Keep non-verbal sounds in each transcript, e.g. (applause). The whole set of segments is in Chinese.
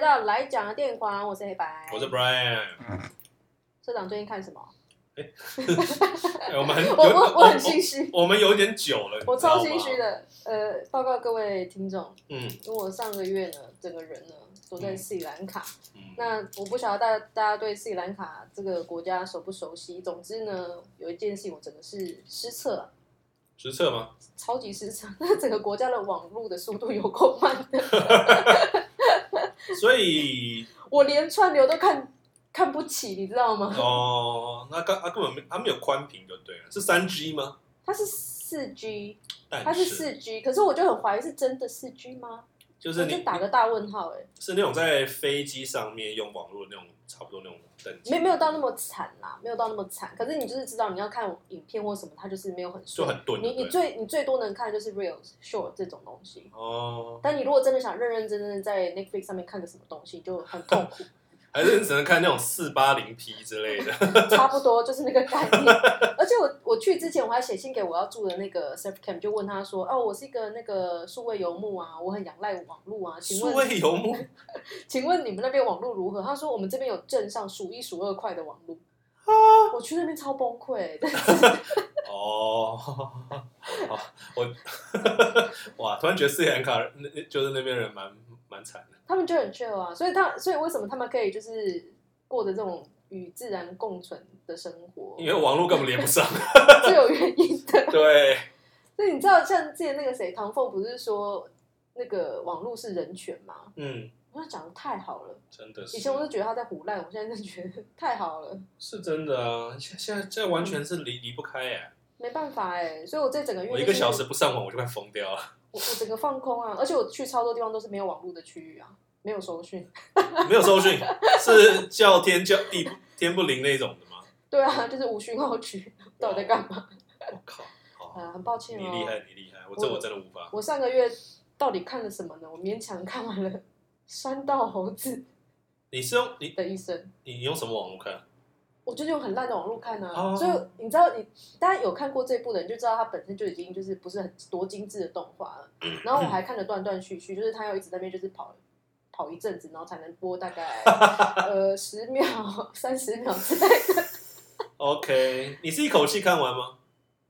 长来讲的电影狂，我是黑白，我是 Brian。社长最近看什么？哎我们很我我我很我心虚，我们有点久了，我你知道超吗心虚。的。呃，报告各位听众，嗯因为我上个月呢，整个人呢都在斯里兰卡。嗯，那我不晓得大大家对斯里兰卡这个国家熟不熟悉？总之呢，有一件事情我真的是失策啊实测吗？超级失策。 (laughs) 那整个国家的网络的速度有够慢的，所以我连串流都看看不起，你知道吗？哦，那根他根本没他没有宽屏就对了，是三 G 吗？它是四 G，但它是四 G，可是我就很怀疑是真的四 G 吗？就我是就你打个大问号哎、欸，是那种在飞机上面用网络的那种，差不多那种等级，没没有到那么惨啦，没有到那么惨。可是你就是知道你要看影片或什么，它就是没有很就顺。很钝。你你对最你最多能看的就是 reels short 这种东西。哦，但你如果真的想认认真真的在 Netflix 上面看个什么东西，就很 (laughs) 痛苦。还是你只能看那种四八零 P 之类的。差不多就是那个概念。而且我我去之前，我还写信给我要住的那个 surf camp，就问他说：“哦，我是一个那个数位游牧啊，我很仰赖网络啊，请数问位游牧请问你们那边网络如何？”他说：“我们这边有镇上数一数二快的网络。”我去那边超崩溃， (laughs) 但是哦，好， (laughs) 我哇，突然觉得斯里兰卡人那那就是那边人蛮蛮惨的。他们就很 chill 啊，所以他所以为什么他们可以就是过着这种与自然共存的生活，因为网络根本连 (laughs) 不上，是有原因的。 (laughs) 对，所以你知道，像之前那个谁唐凤不是说那个网络是人权吗？嗯，我觉得讲的太好了，真的是，以前我就觉得他在胡乱，我现在就觉得太好了， (laughs) 是真的啊，现现在现在完全是离离不开哎、没办法哎、所以我这整个月、就我是、一个小时，不上网我就快疯掉了，我我整个放空啊，而且我去超多地方都是没有网络的区域啊，没有收讯，没有收讯，是叫天叫地不天不灵那种的吗？对啊， (laughs) 就是无讯号区，到底在干嘛？我靠，好，啊啊，很抱你歉哦，厉害你厉害，我这我真的无法，我上个月到底看了什么呢？我勉强看完了《山道猴子你是用你的一生》。你用什么网络看？我就用很烂的网络看啊哦所以你知道你大家有看过这部的人就知道它本身就已经就是不是很多精致的动画了。然后我还看了断断续续，就是它要一直在那边就是跑跑一阵子，然后才能播大 (laughs) 概呃十秒、三十秒之类的。 OK，你是一口气看完吗？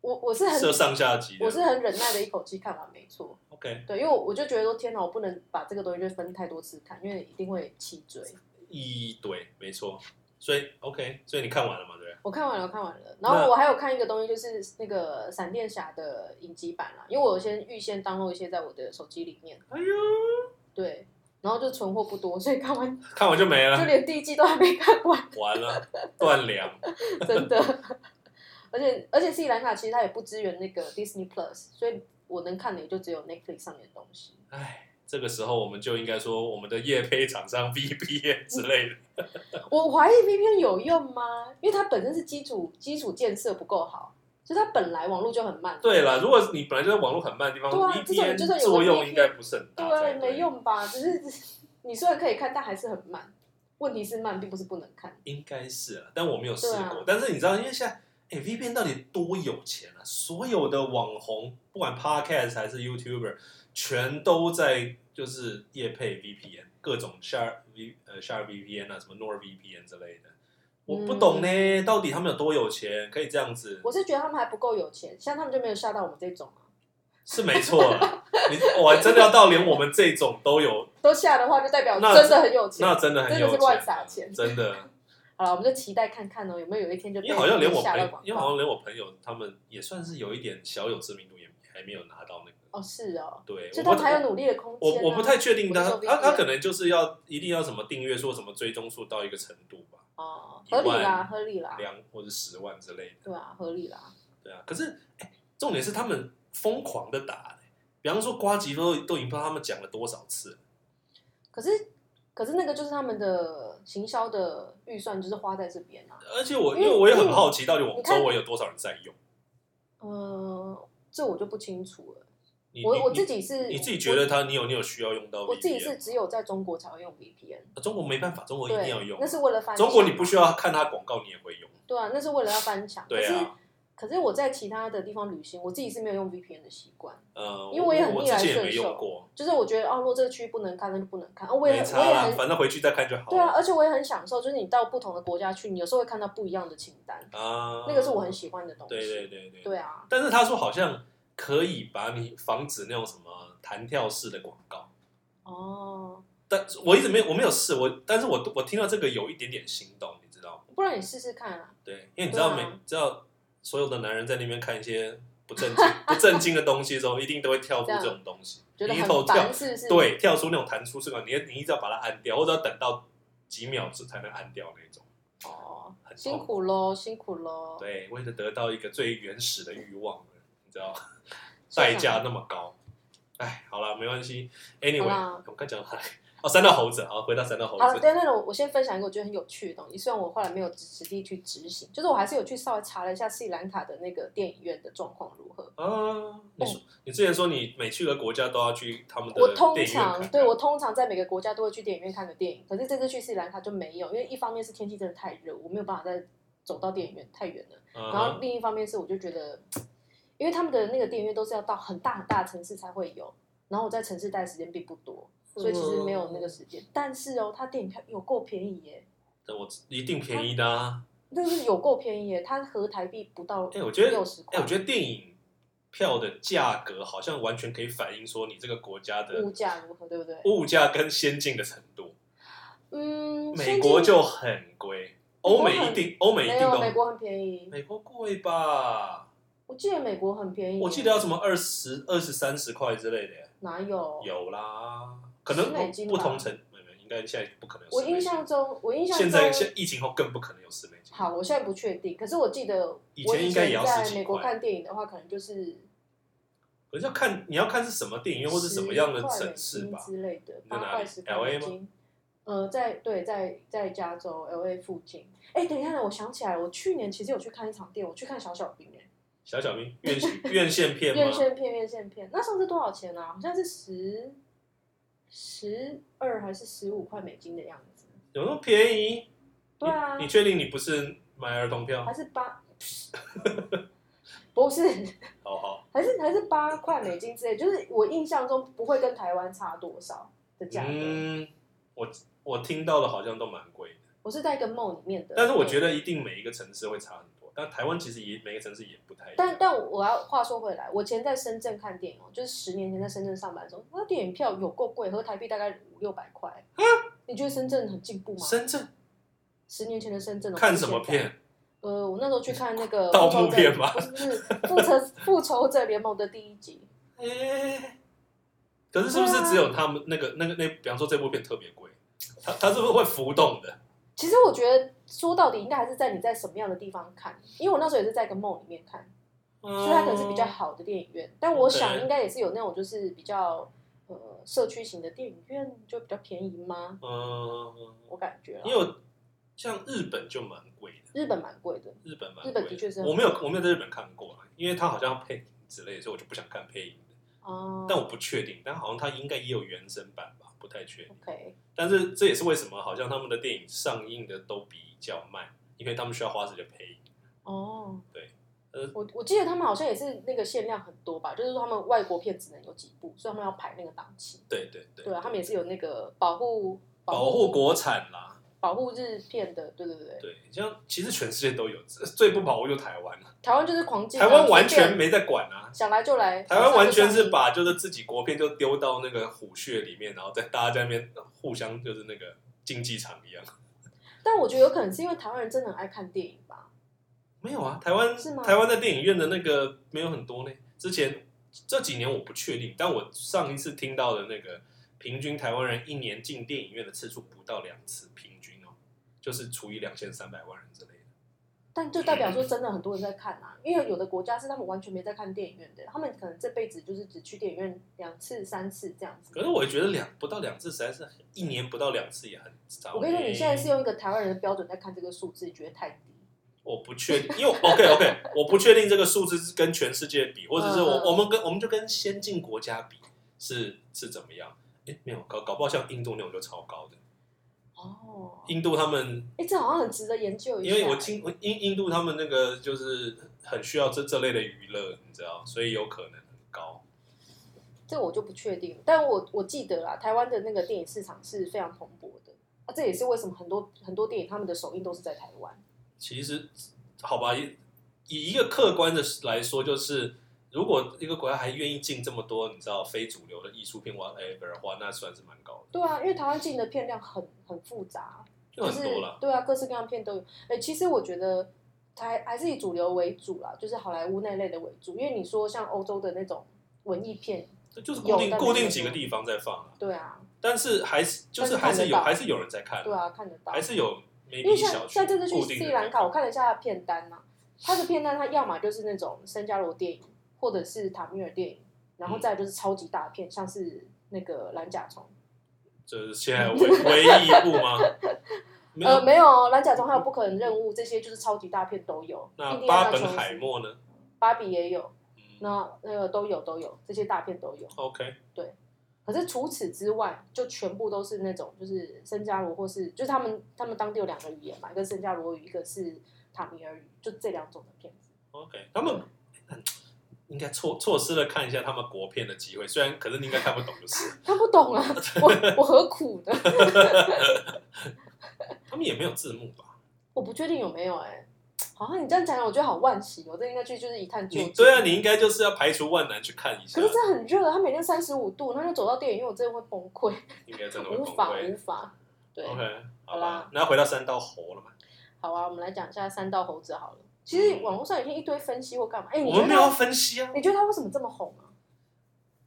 我我是是有很上下集的。我是很忍耐的一口气看完，没错。 OK，对，因为我我就觉得说天哪，我不能把这个东西就分太多次看，因为一定会弃追。一对，没错。所以 OK，所以你看完了嘛？对不对？我看完了，我看完了。然后我还有看一个东西，就是那个闪电侠的影集版啦，因为我有先预先 download 一些在我的手机里面，哎呦，对，然后就存货不多，所以看完看完就没就了，连第一季都还没看完， (laughs) 完了，断粮。真的。 (laughs) 而且而且斯里兰卡其实它也不支援那个 Disney Plus，所以我能看的也就只有 Netflix 上面的东西。哎，这个时候我们就应该说我们的业配厂商 VPN 之类的。我怀疑 VPN 有用吗？因为它本身是基础基础建设不够好，就它本来网络就很慢。对啦，如果你本来就在网络很慢的地方、啊对啊这种 v p 就算 n 有作用 VPN 应该不是很大。对，啊没。用吧？只是 (laughs) 你虽然可以看，但还是很慢。问题是慢，并不是不能看。应该是啊，但我没有试对过。啊但是你知道，因为现在。哎、v p n 到底多有钱啊？所有的网红，不管 Podcast 还是 YouTuber，全都在就是业配 VPN，各种 Share V 呃 Share VPN 啊，什么 Nor VPN 之类的。我不懂呢，到底他们有多有钱，可以这样子？嗯我是觉得他们还不够有钱，像他们就没有吓到我们这种啊。是没错啦。 (laughs) 你我真的要到连我们这种都有，都吓的话，就代表那真的很有钱那。真的很有真的是钱，啊乱撒钱真的。好了，我们就期待看看哦，有没有有一天就被因为好像连我吓朋到友广，因为好告。像连我朋友他们也算是有一点小有知名度，也还没有拿到那个。哦，是哦，对，所以我他不们还有努力的空我间啊。我不太确定我他就说他 VPN 他可能就是要一定要什么订阅数、什么追踪数到一个程度吧，哦，合理啦，合理啦，两或者十万之类的。对啊，合理啦。对啊，可是哎、重点是他们疯狂的打、欸比方说瓜吉都都已经不知道他们讲了多少次了，可是可是那个就是他们的行销的预算就是花在这边啊。而且我因因为为我也很好奇，到底我你们看周围有多少人在用。呃，这我就不清楚了。你你我我你自己是你自己觉得他你有你有需哦要用到 VPN，我自己是只有在中国才会用 VPN，啊中国没办法，中国一定要对用，那。是为了翻墙。中国你不需要看他广告，你也会用。对啊，那是为了要翻墙。对可是啊，可是我在其他的地方旅行，我自己是没有用 VPN 的习惯，呃，因为我也很我逆来自己也顺没受用过，就是我觉得哦，如果这个区域不能看，那就不能看。哦，我也没我差也啦，很反正回去再看就好了。对啊，而且我也很享受，就是你到不同的国家去，你有时候会看到不一样的清单，啊，那个是我很喜欢的东西。嗯对对对对。对啊，但是他说好像可以把你防止那种什么弹跳式的广告，哦，但我一直没有我没有试我，但是我我听到这个有一点点心动，你知道吗？不然你试试看啊。对，因为你知道对每、啊你知道所有的男人在那边看一些不正 (laughs) 经不正经的东西的时候，一定都会跳出这样这种东西，觉得你一头很跳烦，是不是？对跳出那种弹出式的，你你一直要把它按掉，或者要等到几秒之才能按掉那种，哦，很痛辛苦喽，辛苦喽。对，为了得到一个最原始的欲望，你 (laughs) 知道所以代想价那么高。哎，好了，没关系。Anyway，啊好啦我刚讲到哪里？哦，三道猴子，好，回到三道猴好了，子。对，那种我先分享一个我觉得很有趣的东西，虽然我后来没有实地去执行，就是我还是有去稍微查了一下斯里兰卡的那个电影院的状况如何。啊，你说、你之前说你每去个国家都要去他们嗯的我通电影院看常看对我通常在每个国家都会去电影院看个电影，可是这次去斯里兰卡就没有，因为一方面是天气真的太热，我没有办法再走到电影院太远了，嗯然后哼另一方面是我就觉得，因为他们的那个电影院都是要到很大很大的城市才会有，然后我在城市待的时间并不多，所以其实没有嗯那个时间。但是哦，它电影票有够便宜耶，对我一定便宜的啊。但是有够便宜耶，它合台币不到哎、我觉得六，十哎、块我，觉得电影票的价格好像完全可以反映说你这个国家物的价如何，对不对？物价跟先进的程度。嗯，美先国进就很贵，欧美一定，欧美一没定都有很美国很便宜，美国贵吧？我记得美国很便宜，我记得要什么二十二十三十块之类的耶，哪有？有啦，可能十美金吧不同城，没有没有，应该现在不可能有我十美金。印象中，我印象中现在现疫情后更不可能有十美金。好，我现在不确定，可是我记得以我前应该也要在十几美国块看电影的话，可能就是可是要看你要看是什么电影院或是什么样的城市10块吧美金。之类的，你八在哪里块十块美 LA 吗金。呃，在对，在在加州 L A 附近。哎，等一下，我想起来，我去年其实有去看一场电影，我去看小小兵，哎，小小兵院线 (laughs) 院线片院吗？线片，院线片。那上次多少钱啊？好像是十十二还是十五块美金的样子。有那么便宜？对啊你，你确定你不是买儿童票还？是 (laughs) 八，不是。好好，还是还是八块美金之类，就是我印象中不会跟台湾差多少的价格。嗯，我我听到的好像都蛮贵的，我是在一个梦里面的，但是我觉得，得一定每一个城市会差很多。但台湾其实也每个城市也不太一样。但但我要话说回来，我以前在深圳看电影哦，就是十年前在深圳上班的时候，那电影票有够贵，合台币大概五六百块。你觉得深圳很进步吗？啊深圳十年前的深圳、哦、看什么不是现在片？？呃，我那时候去看那个盗复仇墓者片吧不是不是复仇复仇者联盟的第一集，欸可是是不是只有他们那个、那个那，比方说这部片特别贵，它它是不是会浮动的？其实我觉得说到底应该还是在你在什么样的地方看，因为我那时候也是在一个梦里面看。所所以它可能是比较好的电影院。但我想对应该也是有那种就是比较呃社区型的电影院，就比较便宜吗？嗯，我感觉啦，因为我像日本就蛮贵的，日本蛮贵的，日本蛮日贵本的确是很贵我没有我没有在日本看过啊，因为它好像要配音之类的，所以我就不想看配音的。啊、但我不确定，但好像它应该也有原声版吧，不太确定。 OK，但是这也是为什么好像他们的电影上映的都比较慢，因为他们需要花时间配音。哦，对呃我我记得他们好像也是那个限量很多吧，就是说他们外国片只能有几部，所以他们要排那个档期。对对对，对啊，他们也是有那个保护保护国产啦。保护日片的，对对对，对，像其实全世界都有， (laughs) 最最不保护就台湾了。台湾就是狂进啊，台湾完随便全没在管啊，想来就来，台湾完全马上就上是映把就是自己国片就丢到那个虎穴里面，然后在大家在那边互相就是那个竞技场一样。但我觉得有可能是因为台湾人真的很爱看电影吧，没有啊，台湾是吗台湾在电影院的那个没有很多呢。之前这几年我不确定，但我上一次听到的那个平均台湾人一年进电影院的次数不到两次，平均哦，就是除以两千三百万人之类的。但就代表说，真的很多人在看啊，因为有的国家是他们完全没在看电影院的，他们可能这辈子就是只去电影院两次、三次这样子可。是我觉得两不到两次实在是很一年不到两次也很少呢。我跟你说，你现在是用一个台湾人的标准在看这个数字，你觉得太低。我 (laughs) 不确定，因为 OK OK，我不确定这个数字是跟全世界比，或者是我、嗯嗯我们跟我们就跟先进国家比是是怎么样？哎，没有搞搞不好像印度那种就超高的。哦，印度他们哎，这好像很值得研究一因下。为我听我印印度他们那个就是很需要这这类的娱乐，你知道，所以有可能很高。这我就不确定，但我我记得啦，台湾的那个电影市场是非常蓬勃的，啊，这也是为什么很多很多电影他们的首映都是在台湾。其实，好吧，以以一个客观的来说，就是如果一个国家还愿意进这么多，你知道非主流的艺术片 whatever 的话，那算是蛮高的，对啊，因为台湾进的片量很很复杂，就就很是多了。对啊，各式各样的片都有。哎、其实我觉得台还是以主流为主啦，就是好莱坞那类的为主，因为你说像欧洲的那种文艺片，这就是固定有但固没定有几个地方在放啊，对啊，但是还是就是还但是看得是有到还是有人在看啊，对啊，看得到。还是有因为 maybe 像小像这次去固定的斯里兰卡，我看了一下它的片单呐、它的片单它要么就是那种圣加罗电影，或者是塔米尔电影，然后嗯再来就是超级大片，像是那个蓝甲虫，就是 (laughs) 现在唯唯一一部吗？没呃，有，没有哦蓝甲虫还有不可能任务这些就是超级大片都有，那印第安巴纳本琼海斯、默呢？芭比也有，嗯那那个都有都有这些大片都有。 ，OK，可是除此之外，就全部都是那种就是圣加罗或是就是他们他们当地有两个语言嘛，一个圣加罗语，一个是塔米尔语，就这两种的片子。 OK，他们嗯应该错错失了看一下他们国片的机会，虽然可是你应该看不懂， (laughs) 就是看不懂 (laughs) 啊，我我何苦呢？他们也没有字幕吧？我不确定有没有哎、好像你这样讲讲，我觉得好惋惜哦。我真应该去就是一探究你竟。对啊，你应该就是要排除万难去看一下可，是真的很热，它每天三十五度，那就走到电影院，我真的会崩 (laughs) 溃，应该真的会无崩法无溃。法。对 OK，好好吧啦，那回到三道猴了嘛？好啊，我们来讲一下三道猴子好了。其实嗯网络上有些一堆分析或干嘛，哎、你我觉们得没有要他分析啊，你觉得他为什么这么红啊？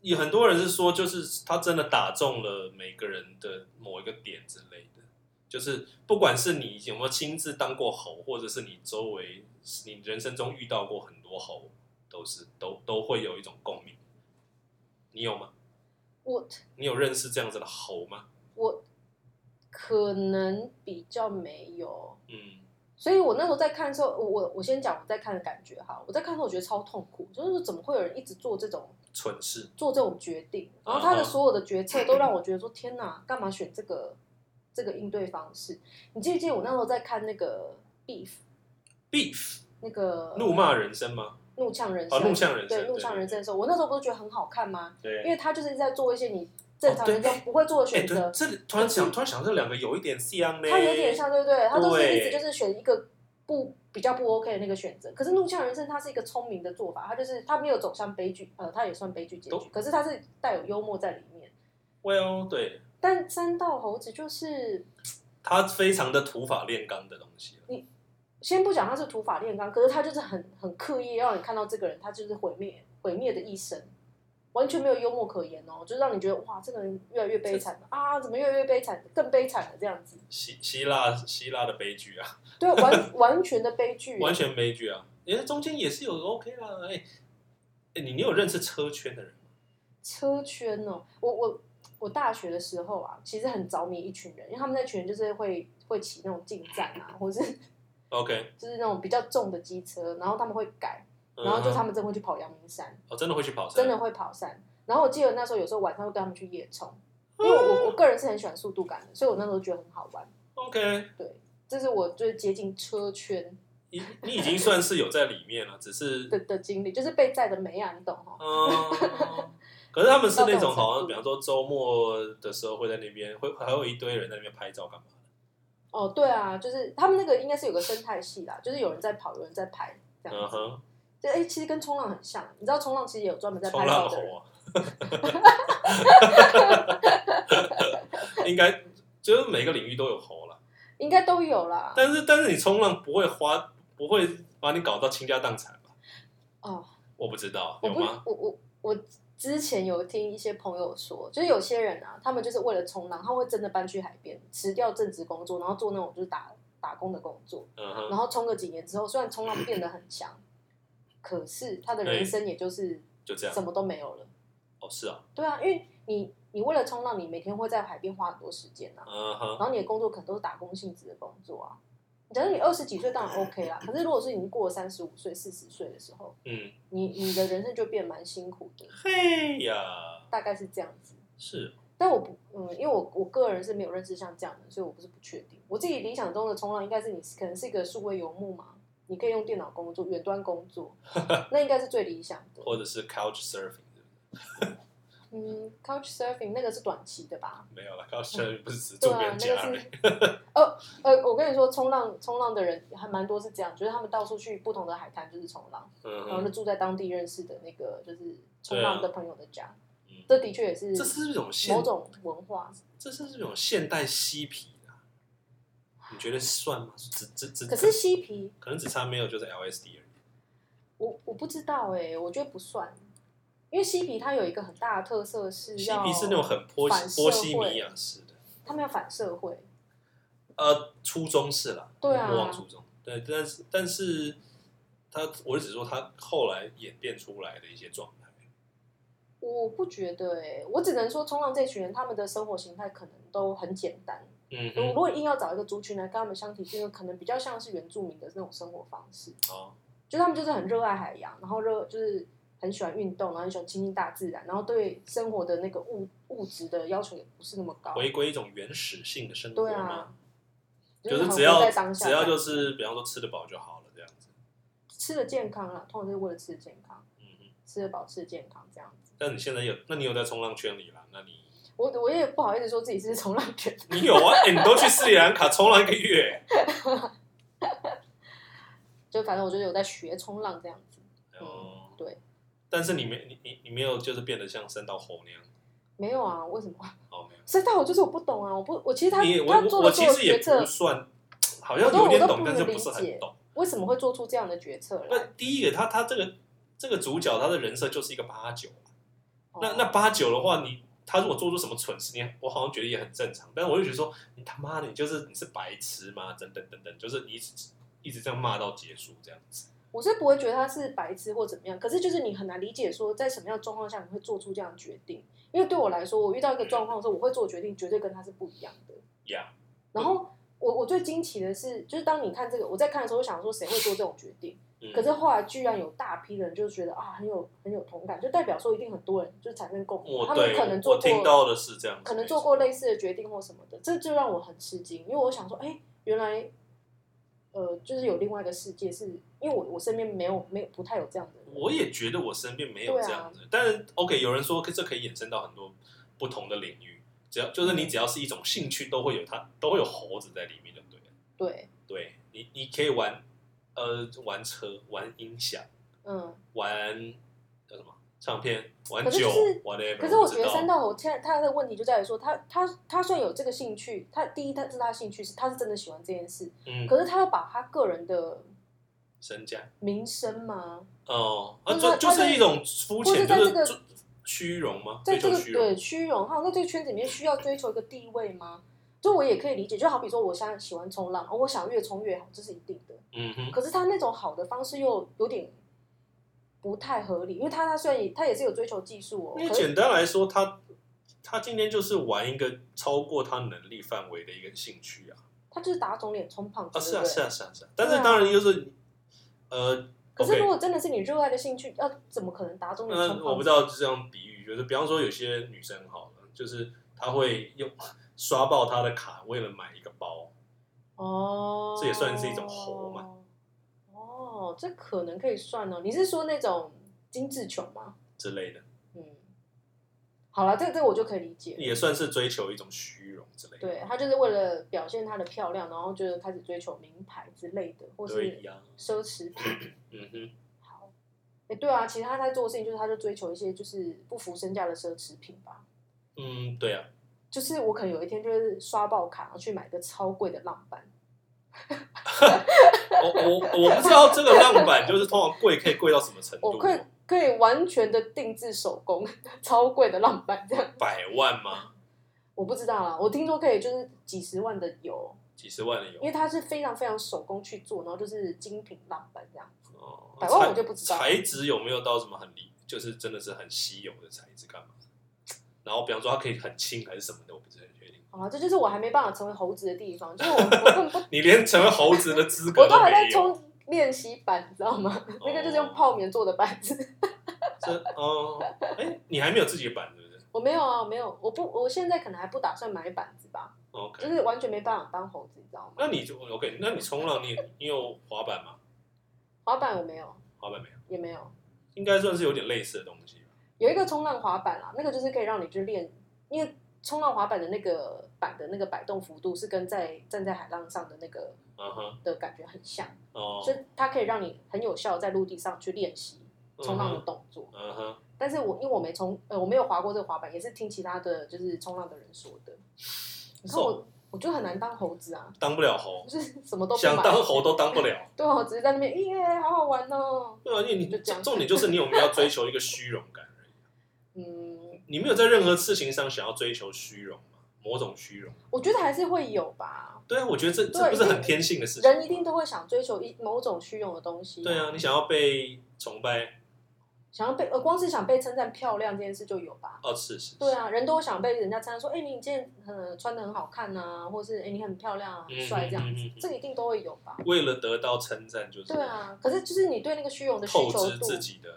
有很多人是说，就是他真的打中了每个人的某一个点之类的，就是不管是你有没有亲自当过猴，或者是你周围你人生中遇到过很多猴，都是都都会有一种共鸣。你有吗？我你有认识这样子的猴吗？我可能比较没有，嗯，所以我那时候在看的时候，我我我先讲我在看的感觉哈。我在看的时候我觉得超痛苦，就是说怎么会有人一直做这种蠢事。做这种决定，嗯然后他的所有的决策都让我觉得说：天哪，干嘛选这个这个应对方式？你记不记得我那时候在看那个 Beef Beef 那个怒骂人生吗？怒呛人哦生，怒呛人生呃对怒呛人生的时候，我那时候不是觉得很好看吗？对因为他就是在做一些你正常哦人对都不会做的哎、选择对，，这里突然想，突然想，这两个有一点像呢。他有点像，对不对？他都是一对直就是选一个不比较不 OK 的那个选择。可是怒呛人生，他是一个聪明的做法，他就是他没有走向悲剧，呃，他也算悲剧结都局，可是他是带有幽默在里面。 Well，对，但三道猴子就是他非常的土法炼钢的东西。先不讲他是土法炼钢，可是他就是很很刻意让你看到这个人，他就是毁灭毁灭的一生，完全没有幽默可言哦，就是让你觉得哇，这个人越来越悲惨了啊，怎么越来越悲惨，更悲惨了这样子，希希腊希腊的悲剧啊，对，完完全的悲剧，完全悲剧啊，因为中间也是有 OK 啦，哎、哎你你有认识车圈的人吗？车圈哦，我我我大学的时候啊，其实很着迷一群人，因为他们那群人就是会会骑那种进站啊，或是 (laughs) ？OK，就是那种比较重的机车，然后他们会改，嗯然后就他们真的会去跑阳明山。哦，真的会去跑山，真的会跑山。然后我记得那时候有时候晚上会跟他们去夜冲，因为嗯我我个人是很喜欢速度感的，所以我那时候觉得很好玩。 OK，这是我最接近车圈你你已经算是有在里面了，只是的的经历，就是被载的美啊，你懂哦？嗯，可是他们是 (laughs) 到这那种种好像，程度比方说周末的时候会在那边，会还有一堆人在那边拍照干嘛嗯的？哦，对啊，就是他们那个应该是有个生态系啦，就是有人在跑，有人在拍这嗯样子。哼，就哎、其实跟冲浪很像，你知道冲浪其实也有专门在冲拍浪照的人，猴啊， (laughs) 应该就是每个领域都有猴了，应该都有啦。但是但是你冲浪不会花，不会把你搞到倾家荡产吧？哦，我不知道，我有不，吗？我我我之前有听一些朋友说，就是有些人啊，他们就是为了冲浪，他们会真的搬去海边，辞掉正职工作，然后做那种就是打打工的工作，嗯然哼，后冲个几年之后，虽然冲浪变得很强，可是他的人生也就是就这样什。么都没有了。哦，是啊，对啊，因为你你为了冲浪，你每天会在海边花很多时间啊，嗯然哼，后你的工作可能都是打工性质的工作啊。假如你二十几岁当然 OK 啦，可是如果是已经过了三十五岁、四十岁的时候，嗯，你你的人生就变蛮辛苦的。嘿呀，大概是这样子。是但我不，嗯，因为我我个人是没有认识像这样的，所以我不是不确定。我自己理想中的冲浪应该是你可能是一个数位游牧嘛，你可以用电脑工作、远端工 (laughs) 作，那应该是最理想的。或者是 Couch Surfing，嗯，Couch Surfing 那个是短期的吧？没有了，Couch Surfing 不是只对住别啊人，那个家而已。是，哦，呃，我跟你说，冲浪冲浪的人还蛮多是这样，就是他们到处去不同的海滩就是冲浪，嗯然后就哼，住在当地认识的那个就是冲浪的朋友的家，嗯这的确也是这是一种现某，种文化。这是一种现代嬉皮啊。你觉得算吗？只只只，可是嬉皮，可能只差没有就是 LSD 而已。我我不知道哎、我觉得不算，因为嬉皮它有一个很大的特色是嬉要皮是那种很波反社会波西米啊亚式的，他们要反社会，呃，初中是啦，对啊莫忘初中，对，但是但是他，我只说他后来演变出来的一些状态，我不觉得哎、我只能说冲浪这群人他们的生活形态可能都很简单。嗯如哼，果硬要找一个族群来跟他们相提并论，可能比较像是原住民的那种生活方式，哦，就他们就是很热爱海洋，然后热就是很喜欢运动，然后很喜欢亲近大自然，然后对生活的那个物物质的要求也不是那么高，回归一种原始性的生活对嘛啊，就是是很只活要在当下只这样，要就是比方说吃得饱就好了这样子，吃的健康啦，通常是为了吃的健康，嗯哼，吃得饱，吃的健康这样子。但你现在有，那你有在冲浪圈里啦，那你我我也不好意思说自己是冲浪犬， (laughs) 你有啊，哎、你都去斯里兰卡冲浪一个月，就反正我就是有在学冲浪这样子。哦、嗯，对，但是你没你你你没有就是变得像三道猴那样，没有啊，为什么？ (laughs) 哦，没有。所以但我就是我不懂啊，我不，我其实他你他我做我的我所其有实也决策不，算，好像我都有点我都懂，不但能是不是理解很懂。为什么会做出这样的决策那来？第一个，他他这个这个主角他的人设就是一个八九，哦那那八九的话，你他如果做出什么蠢事，你我好像觉得也很正常。但是我就觉得说，你他妈的，你就是你是白痴吗？等等等等，就是你一直一直这样骂到结束这样子。我是不会觉得他是白痴或怎么样，可是就是你很难理解说在什么样的状况下你会做出这样的决定，因为对我来说，我遇到一个状况的时候，我会做的决定绝对跟他是不一样的。呀、然后我我最惊奇的是，就是当你看这个，我在看的时候，我想说谁会做这种决定？嗯，可是后来居然有大批人就觉得啊，很有很有同感，就代表说一定很多人就产生共鸣，我他们哦对可能我做我过听到的是这样子，可能做过类似的决定或什么的，这就让我很吃惊，因为我想说，哎、原来，呃，就是有另外一个世界是，因为我我身边没有没有不太有这样的人，我也觉得我身边没有啊这样子，但是 OK，有人说这可以衍生到很多不同的领域，只要就是嗯你只要是一种兴趣，都会有它都会有猴子在里面，对不对？对，对你，你可以玩呃玩车、玩音响、嗯，玩叫什么唱片、玩可是酒、就是玩 whatever 知道。可是我觉得三道猴现在他的问题就在于说，他他他虽然有这个兴趣，他第一他是他的兴趣是他是真的喜欢这件事，嗯可是他要把他个人的身价名声嘛，哦不啊，是就他就在是一种肤或浅，是在就是这个就虚荣吗？在追这求个虚荣对虚荣，还有在这个圈子里面需要追求一个地位吗？就我也可以理解，就好比说我现在喜欢冲浪，哦我想越冲越好，这是一定的。嗯哼，可是他那种好的方式又有点不太合理，因为他他虽然也他也是有追求技术哦，因为可是简单来说，他他今天就是玩一个超过他能力范围的一个兴趣啊他就是打肿脸充胖子，啊是啊对不对是啊是啊是啊，但是当然就是呃，可是 OK 如果真的是你热爱的兴趣，要怎么可能打肿脸充胖嗯，子？我不知道就这样比喻，就是比方说有些女生好了，就是她会用刷爆她的卡，为了买一个包。哦，这也算是一种猴嘛。哦，这可能可以算哦。你是说那种精致穷吗？之类的，嗯，好了，这个这个我就可以理解。也算是追求一种虚荣之类的。对他就是为了表现她的漂亮，然后就是开始追求名牌之类的，或对是呀，奢侈品。嗯哼，好，哎、对啊，其实他在做的事情就是，他就追求一些就是不符身价的奢侈品吧。嗯，对啊，就是我可能有一天就是刷爆卡，然后去买个超贵的浪漫，我我我不知道这个浪板就是通常贵可以贵到什么程我度，可以可以完全的定制手工，超贵的浪漫这样。百万吗？我不知道啦，我听说可以就是几十万的有，几十万的因为有，它是非常非常手工去做，然后就是精品浪漫这样子。哦百万材我就不知道材质有没有到什么很离，就是真的是很稀有的材质干嘛的？然后比方说它可以很轻还是什么的，我不是很确定。好啦，这就是我还没办法成为猴子的地方，就是我我根本 (laughs) 不，你连成为猴子的资格我都还在没有，哦冲练习板，你知道吗？那个就是用泡棉做的板子。这哦，哎，你还没有自己的版是不是我没有啊，我没有，我不，我现在可能还不打算买板子吧，就哦？OK，是完全没办法当猴子，你知道吗？那你就 OK，那你冲浪你你有滑板吗？滑板我没有，滑板没有，也没有。应该算是有点类似的东西吧。有一个冲浪滑板啦，那个就是可以让你去练，因为冲浪滑板的那个板的那个摆动幅度是跟在站在海浪上的那个嗯哼，的感觉很像，哦，所以它可以让你很有效地在陆地上去练习冲浪的动作。嗯哼，但是我因为我没冲，呃，我没有滑过这个滑板，也是听其他的就是冲浪的人说的。你看我，我就很难当猴子啊，当不了猴就，是什么都不想买当猴都当不了。对啊，我只是在那边耶，好好玩哦。对啊，因为你就这样重点就是你有没有要追求一个虚荣感而已。嗯，你没有在任何事情上想要追求虚荣吗？某种虚荣？我觉得还是会有吧，对啊，我觉得这对这不是很天性的事情。人一定都会想追求一某种虚荣的东西、对啊，，你想要被崇拜，想要被呃，光是想被称赞漂亮这件事就有吧。哦，是是，是对，啊，人都会想被人家称赞说，哎、你今天呃穿的很好看呐、或是哎、你很漂亮啊，很帅这样子，嗯嗯嗯嗯嗯这个一定都会有吧。为了得到称赞，就是对啊，可是就是你对那个虚荣的需透求支度，自己的，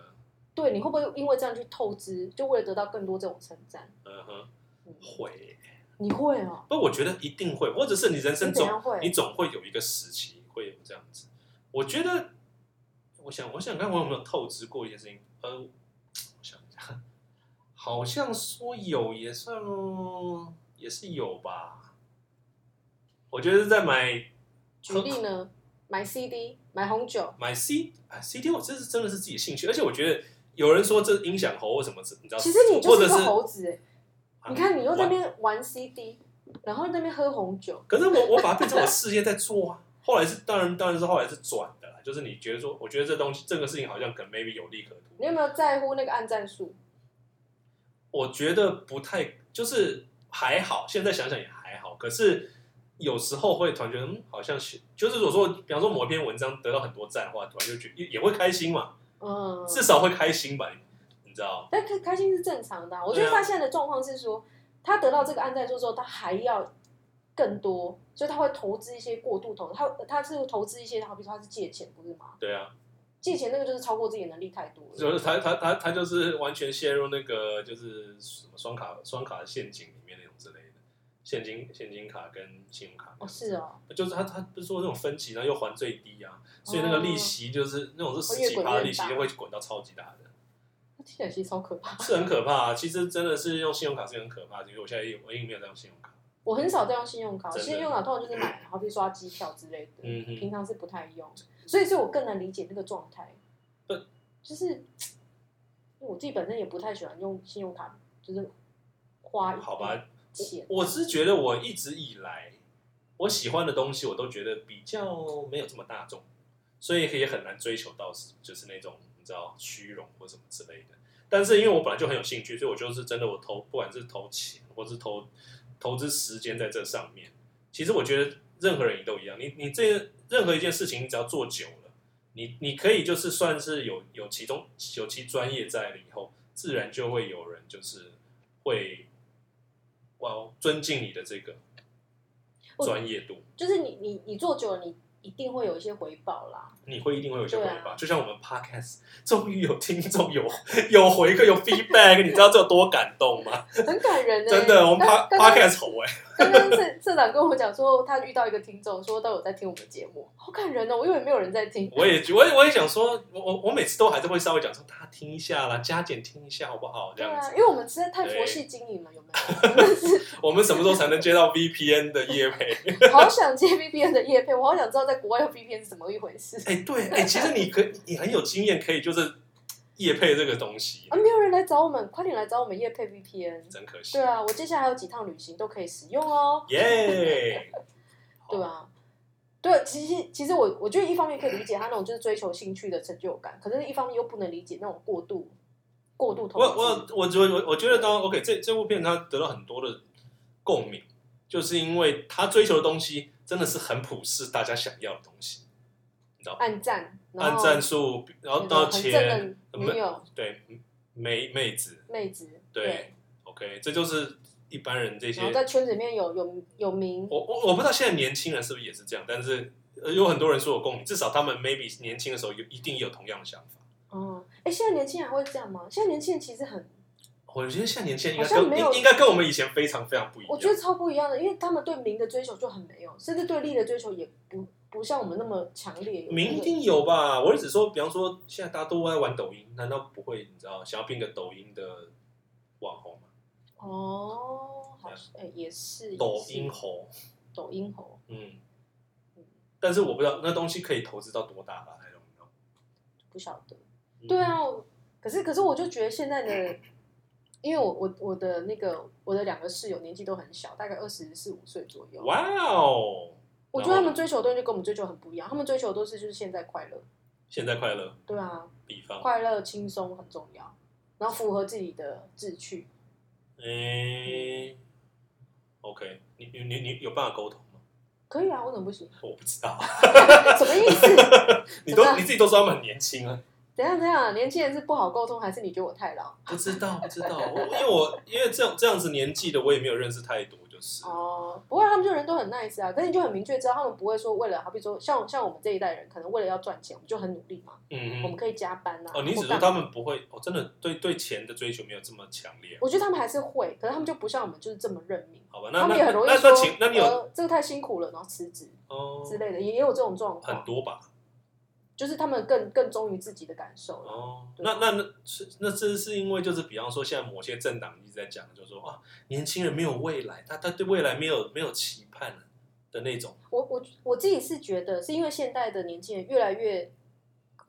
对，你会不会因为这样去透支，就为了得到更多这种称赞？嗯哼，嗯会。你会哦，不，我觉得一定会，或者是你人生你怎总样会你总会有一个时期会有这样子。我觉得，我想，我想看我有没有透支过一件事情。呃，我想一下，好像说有也算哦，也是有吧。我觉得是在买举例呢，买 CD，买红酒，买 C 啊 CD，我这是真的是自己的兴趣，而且我觉得有人说这音响猴或什么，你知道？其实你就或是一者个是猴子哎、啊你看你又在那玩边玩 CD，然后在那边喝红酒，可是我我把它变成我事业在做啊。后来是当然当然是后来是转的啦，就是你觉得说，我觉得这东西这个事情好像可能 maybe 有利可你图，有没有在乎那个按赞数？我觉得不太就是还好，现在想想也还好，可是。有时候会突然觉得，嗯，好像是，就是我说，比方说某一篇文章得到很多赞的话，突然就觉得也也会开心嘛，嗯，至少会开心吧，你知道？但开开心是正常的啊、我觉对得啊他现在的状况是说，他得到这个按赞数之后，他还要更多，所以他会投资一些过度投，他他是投资一些，好比说他是借钱，不是吗？对啊，借钱那个就是超过自己的能力太多就了。是他他他他就是完全陷入那个就是什么双卡双卡陷阱里面那种之类的，现金现金卡跟信用卡那哦，种是哦，就是他他不是说那种分期，然后又还最低啊，所以那个利息就是那种是十几趴的利息，哦会越滚越大就会滚到超级大的，那听起来其实超可怕。是很可怕、啊。其实真的是用信用卡是很可怕的，因为我现在也我也没有在用信用卡。我很少在用信用卡，真的信用卡通常就是买，好比刷机票之类的，嗯哼平常是不太用，所以所以我更能理解那个状态对。就是因为我自己本身也不太喜欢用信用卡，就是花一好吧笔钱。我是觉得我一直以来我喜欢的东西，我都觉得比较没有这么大众，所以也很难追求到就是那种你知道虚荣或什么之类的。但是因为我本来就很有兴趣，所以我就是真的我投不管是投钱或是投投资时间在这上面，其实我觉得任何人也都一样，你你这任何一件事情，你只要做久了，你你可以就是算是有有其中有其专业在了以后，自然就会有人就是会哇尊敬你的这个我专业度，就是你你你做久了，你一定会有一些回报 (laughs) 啦。你会一定会有一些回对报。啊就像我们 podcast 终于有听众有 (laughs) 有回馈有 feedback，你知 (laughs) 道这有多感动吗？很感人呢、真的，我们刚 pa 刚刚 podcast 好哎、刚刚社社长跟我讲说，他遇到一个听众说都有在听我们的节目，好感人哦！我以为没有人在听，我也我也我也想说，我我我每次都还是会稍微讲说大家听一下啦，加减听一下好不好？这对样啊，子因，为我们实在太佛系经营了，有没有？真的是我们什么时候才能接到 VPN 的业配？ (laughs) 好想接 V P N 的业配，我好想知道在国外用 V P N 是怎么一回事 (laughs) 哎、对，哎、其实你可你很有经验，可以就是业配这个东西啊！，没有人来找我们，快点来找我们业配 V P N。真可惜对。啊，我接下来还有几趟旅行都可以使用哦。耶、对啊，对，其实其实我我觉得一方面可以理解他那种就是追求兴趣的成就感，可是一方面又不能理解那种过度过度投我资。我我觉得我我觉得刚 OK 这这部片它得到很多的共鸣，就是因为它追求的东西真的是很普世，大家想要的东西，你知道吗？按赞，然按后战术，然后有到很正钱，的女友对妹妹子，妹子，对 o k 这就是一般人这然后些。在圈子里面有有有名，我我我不知道现在年轻人是不是也是这样，但是呃有很多人说有共鸣，至少他们 maybe 年轻的时候有一定有同样的想法。哦，哎，现在年轻人还会这样吗？现在年轻人其实很，我觉得现在年轻人应该好像跟没有应应该跟我们以前非常非常不一样。我觉得超不一样的，因为他们对名的追求就很没有，甚至对利的追求也不不像我们那么强烈有那个。明一定有吧？我一直说，比方说现在大家都在玩抖音，难道不会你知道想要变个抖音的网红吗？哦，好像，哎、也是抖也音是红，抖音猴，嗯，但是我不知道那东西可以投资到多大吧？I don't know 不晓得。嗯对，啊，我可是可是我就觉得现在的，因为我我我的那个我的两个室友年纪都很小，大概二十四五岁左右。哇哦，我觉得他然后们呢追求的东西就跟我们追求很不一样，他们追求的都是就是现在快乐，现在快乐，对啊，比方，快乐轻松很重要，然后符合自己的志趣。诶、o k 你你你你有办法沟通吗？可以啊，我怎么不行？ (laughs) 我不知道，什么意思？你怎么都了你自己都说他们很年轻啊了，怎样怎样？年轻人是不好沟通，还是你觉得我太老？不知道不知道，我因为我因为这样这样子年纪的我也没有认识太多，就是，哦，不会，他们就人都很 nice 啊，可是你就很明确知道，他们不会说为了，好比说像像我们这一代人，可能为了要赚钱，我们就很努力嘛，嗯我们哼，可以加班啊。哦，你只或是干说嘛他们不会，哦，真的对对钱的追求没有这么强烈，我觉得他们还是会，可是他们就不像我们就是这么认命，好吧？那他那们也很容易那说那请，那你有呃这个太辛苦了，然后辞职哦之类的，也也有这种状很况，多吧？就是他们更更忠于自己的感受了。哦，对那那那是那这是因为就是比方说现在某些政党一直在讲，就是说啊，年轻人没有未来，他他对未来没有没有期盼的那种，我我我自己是觉得，是因为现代的年轻人越来越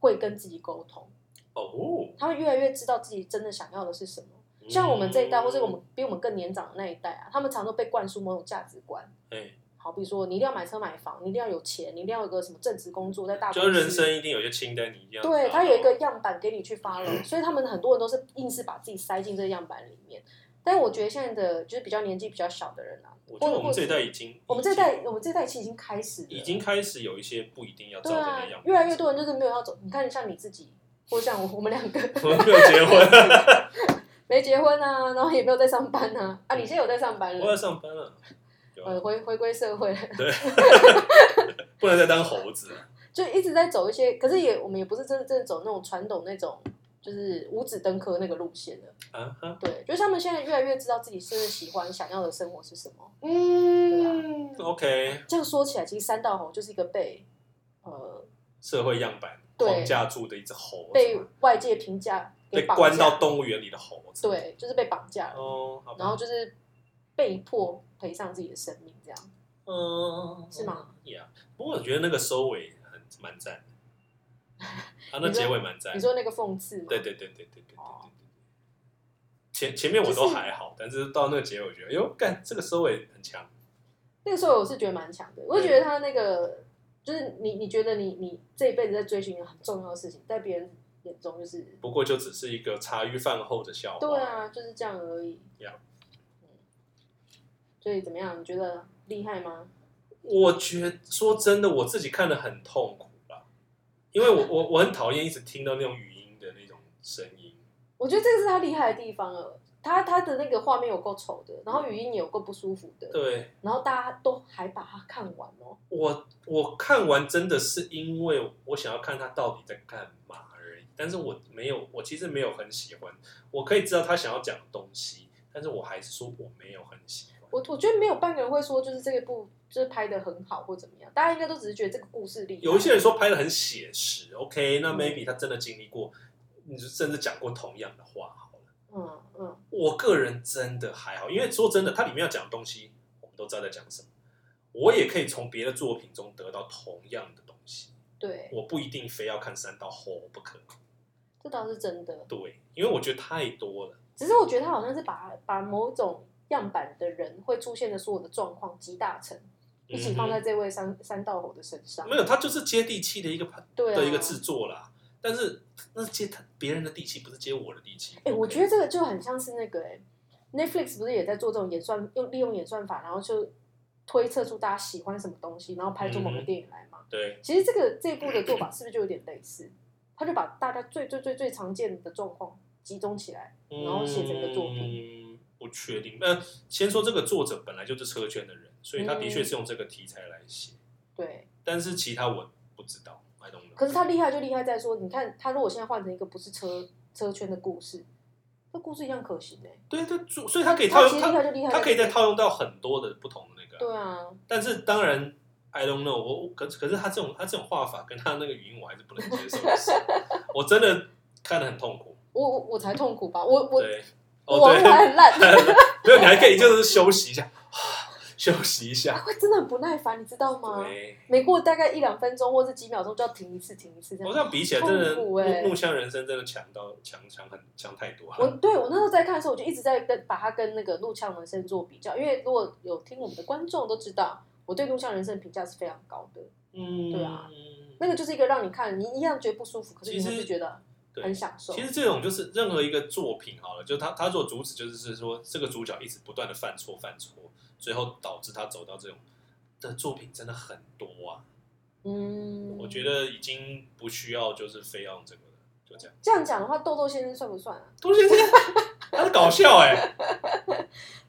会跟自己沟通，哦，他们越来越知道自己真的想要的是什么。像我们这一代，嗯或者我们比我们更年长的那一代啊，他们常都被灌输某种价值观，哎，好比说你一定要买车买房，你一定要有钱，你一定要有个什么正职工作，在大公就是司。人生一定有些清单，你一样。啊嗯对，它有一个样板给你去 follow，所以他们很多人都是硬是把自己塞进这个样板里面。但我觉得现在的就是比较年纪比较小的人啊，我觉得我们这一代已经，我们这一代，我们这一代其实已经开始了已经开始有一些不一定要照对着啊那样，，越来越多人就是没有要走。你看，像你自己，或像我，我们两个 (laughs) 我们 (laughs) 没有结婚，没结婚啊，然后也没有在上班啊。啊，你现在有在上班嗯我要了，上班了，有啊呃，回回归社会了，对，不能再当猴子了，就一直在走一些，可是也我们也不是真的真的走那种传统那种就是五子登科那个路线的。啊哈，对，就是他们现在越来越知道自己是不是喜欢想要的生活是什么。嗯，OK，这样说起来，其实三道猴就是一个被呃社会样板对框架住的一只猴子被嘛，外界评价给被绑关架到，动物园里的猴子，，对，就是被绑架了，哦，好吧然后就是被迫赔上自己的生命，这样嗯，是吗？呀，不过我觉得那个收尾很蛮赞 (laughs) 的啊，那你说结尾蛮赞你的。说那个讽刺吗？对对对对对对对对哦对。前前面我都就是还好，但是到那个结尾，我觉得，哎呦，干这个收尾很强。那个时候我是觉得蛮强的，我就觉得他那个就是你，你觉得你你这一辈子在追寻一个很重要的事情，在别人眼中就是不过就只是一个茶余饭后的笑话。对，啊，就是这样而已。 Yeah 嗯所以怎么样？你觉得厉害吗？我觉得说真的，我自己看得很痛苦啦，因为我我我很讨厌一直听到那种语音的那种声音。我觉得这个是他厉害的地方了。他他的那个画面有够丑的，然后语音也有够不舒服的，对然后大家都还把它看完哦。我我看完真的是因为我想要看他到底在干嘛而已，但是我没有，我其实没有很喜欢。我可以知道他想要讲的东西，但是我还是说我没有很喜欢。我我觉得没有半个人会说就是这一部就是拍的很好或怎么样，大家应该都只是觉得这个故事厉害。有一些人说拍的很写实，OK，那嗯 maybe 他真的经历过，你就甚至讲过同样的话好了。嗯嗯，我个人真的还好，因为说真的，它里面要讲的东西，我们都知道在讲什么，我也可以从别的作品中得到同样的东西，对，我不一定非要看三道猴不可。这倒是真的。对，因为我觉得太多了。只是我觉得他好像是把把某种样板的人会出现的所有的状况集大成，一起放在这位三、三道猴的身上嗯没。有，它就是接地气的一个对啊，嗯的一个制作啦。但是那是接他别人的地气，不是接我的地气。哎、我 OK 觉得这个就很像是那个、欸、Netflix 不是也在做这种演算，用利用演算法，然后就推测出大家喜欢什么东西，然后拍出某个嗯电影来嘛。对，其实这个这一部的做法是不是就有点类似？他就把大家最最最最常见的状况集中起来，然后写成一个作品。嗯不确定，那先说这个作者本来就是车圈的人，所以他的嗯确是用这个题材来写，对。但是其他我不知道，I don't know。可是他厉害就厉害在说，你看他如果现在换成一个不是车车圈的故事，这故事一样可行哎、对对，所欸所以他可以套他其用实厉他害就厉害在这里，他可以再套用到很多的不同的那个啊，对啊，但是当然 I don't know，我我可可是他这种他这种画法跟他那个语音我还是不能接受 (laughs) 的事，我真的看得很痛苦。我我我才痛苦吧，我我对，我哦网络对，还很烂， (laughs) 没有你还可以就是休息一下， (laughs) 休息一下。会真的很不耐烦，你知道吗？对，每过大概一两分钟或是几秒钟就要停一次，停一次这我样。这样比起来，真的痛苦木欸木香人生真的强到强强很强太多我了。对我那时候在看的时候，我就一直在跟把它跟那个《怒呛人生》做比较，因为如果有听我们的观众都知道，我对《怒呛人生》的评价是非常高的。嗯，对啊那个就是一个让你看，你一样觉得不舒服，可是你还其是实觉得对很享受其。实这种就是任何一个作品好了，就他他做主旨就是是说这个主角一直不断的犯错犯错，最后导致他走到这种的作品真的很多啊。嗯，我觉得已经不需要就是非要用这个了，就这样。这样讲的话，豆豆先生算不算啊？同学，他是搞笑哎、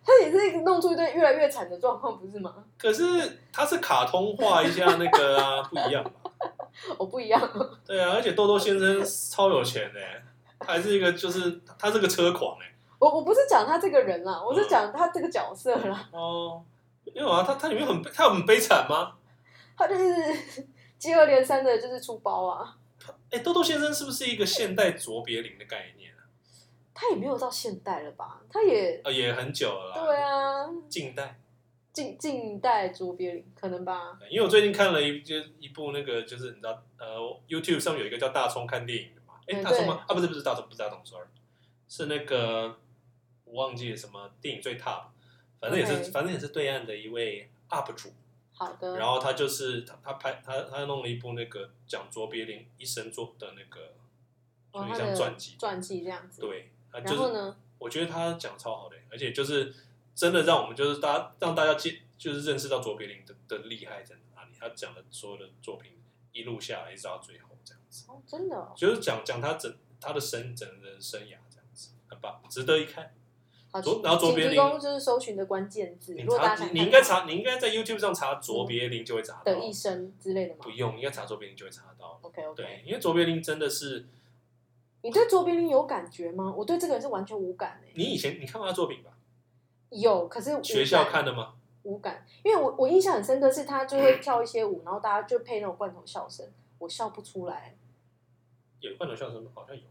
他也是弄出一堆越来越惨的状况，不是吗？ (laughs) 可是他是卡通化一下那个啊，不一样吧？我哦不一样，对啊，而且豆豆先生超有钱哎、他还是一个就是他是个车狂哎、我我不是讲他这个人啦，我是讲他这个角色啦，哦，因为啊，他他里面很他有很悲惨吗？他就是接二连三的就是出包啊，哎、豆豆先生是不是一个现代卓别林的概念啊？他也没有到现代了吧？他也呃，也很久了啦。对，啊，近代。近近代卓别林可能吧，因为我最近看了一就一部那个，就是你知道，呃，YouTube 上面有一个叫大葱看电影的嘛。哎、嗯大葱吗？啊，不是不是大葱，不是大葱，sorry，是那个我忘记了什么电影最 top，反正也是 OK 反正也是对岸的一位 UP 主，好的，然后他就是他他拍他他弄了一部那个讲卓别林一生做的那个，哦他有点像的传记，传记这样子，，对，他就然是后呢，我觉得他讲得超好的，而且就是真的让我们就是大家让大家接就是认识到卓别林的的厉害在哪里。他讲的所有的作品一路下来一直到最后这样子，哦，真的哦，就是讲讲他整他的生整个人生涯这样子，很棒，值得一看。好，卓然后卓别请提林供就是搜寻的关键字，你如果大家查想你看你应该查你应该在 YouTube 上查卓别林就会查到的，一生之类的吗不用应该查卓别林就会查到。 ？OK OK，对，因为卓别林真的是你对卓别林有感觉吗？我对这个人是完全无感诶、你以前你看过他作品吧？有，可是无学校感看的吗？无感，因为我我印象很深刻是他就会跳一些舞，然后大家就配那种罐头笑声，我笑不出来，有换头笑声吗？好像有。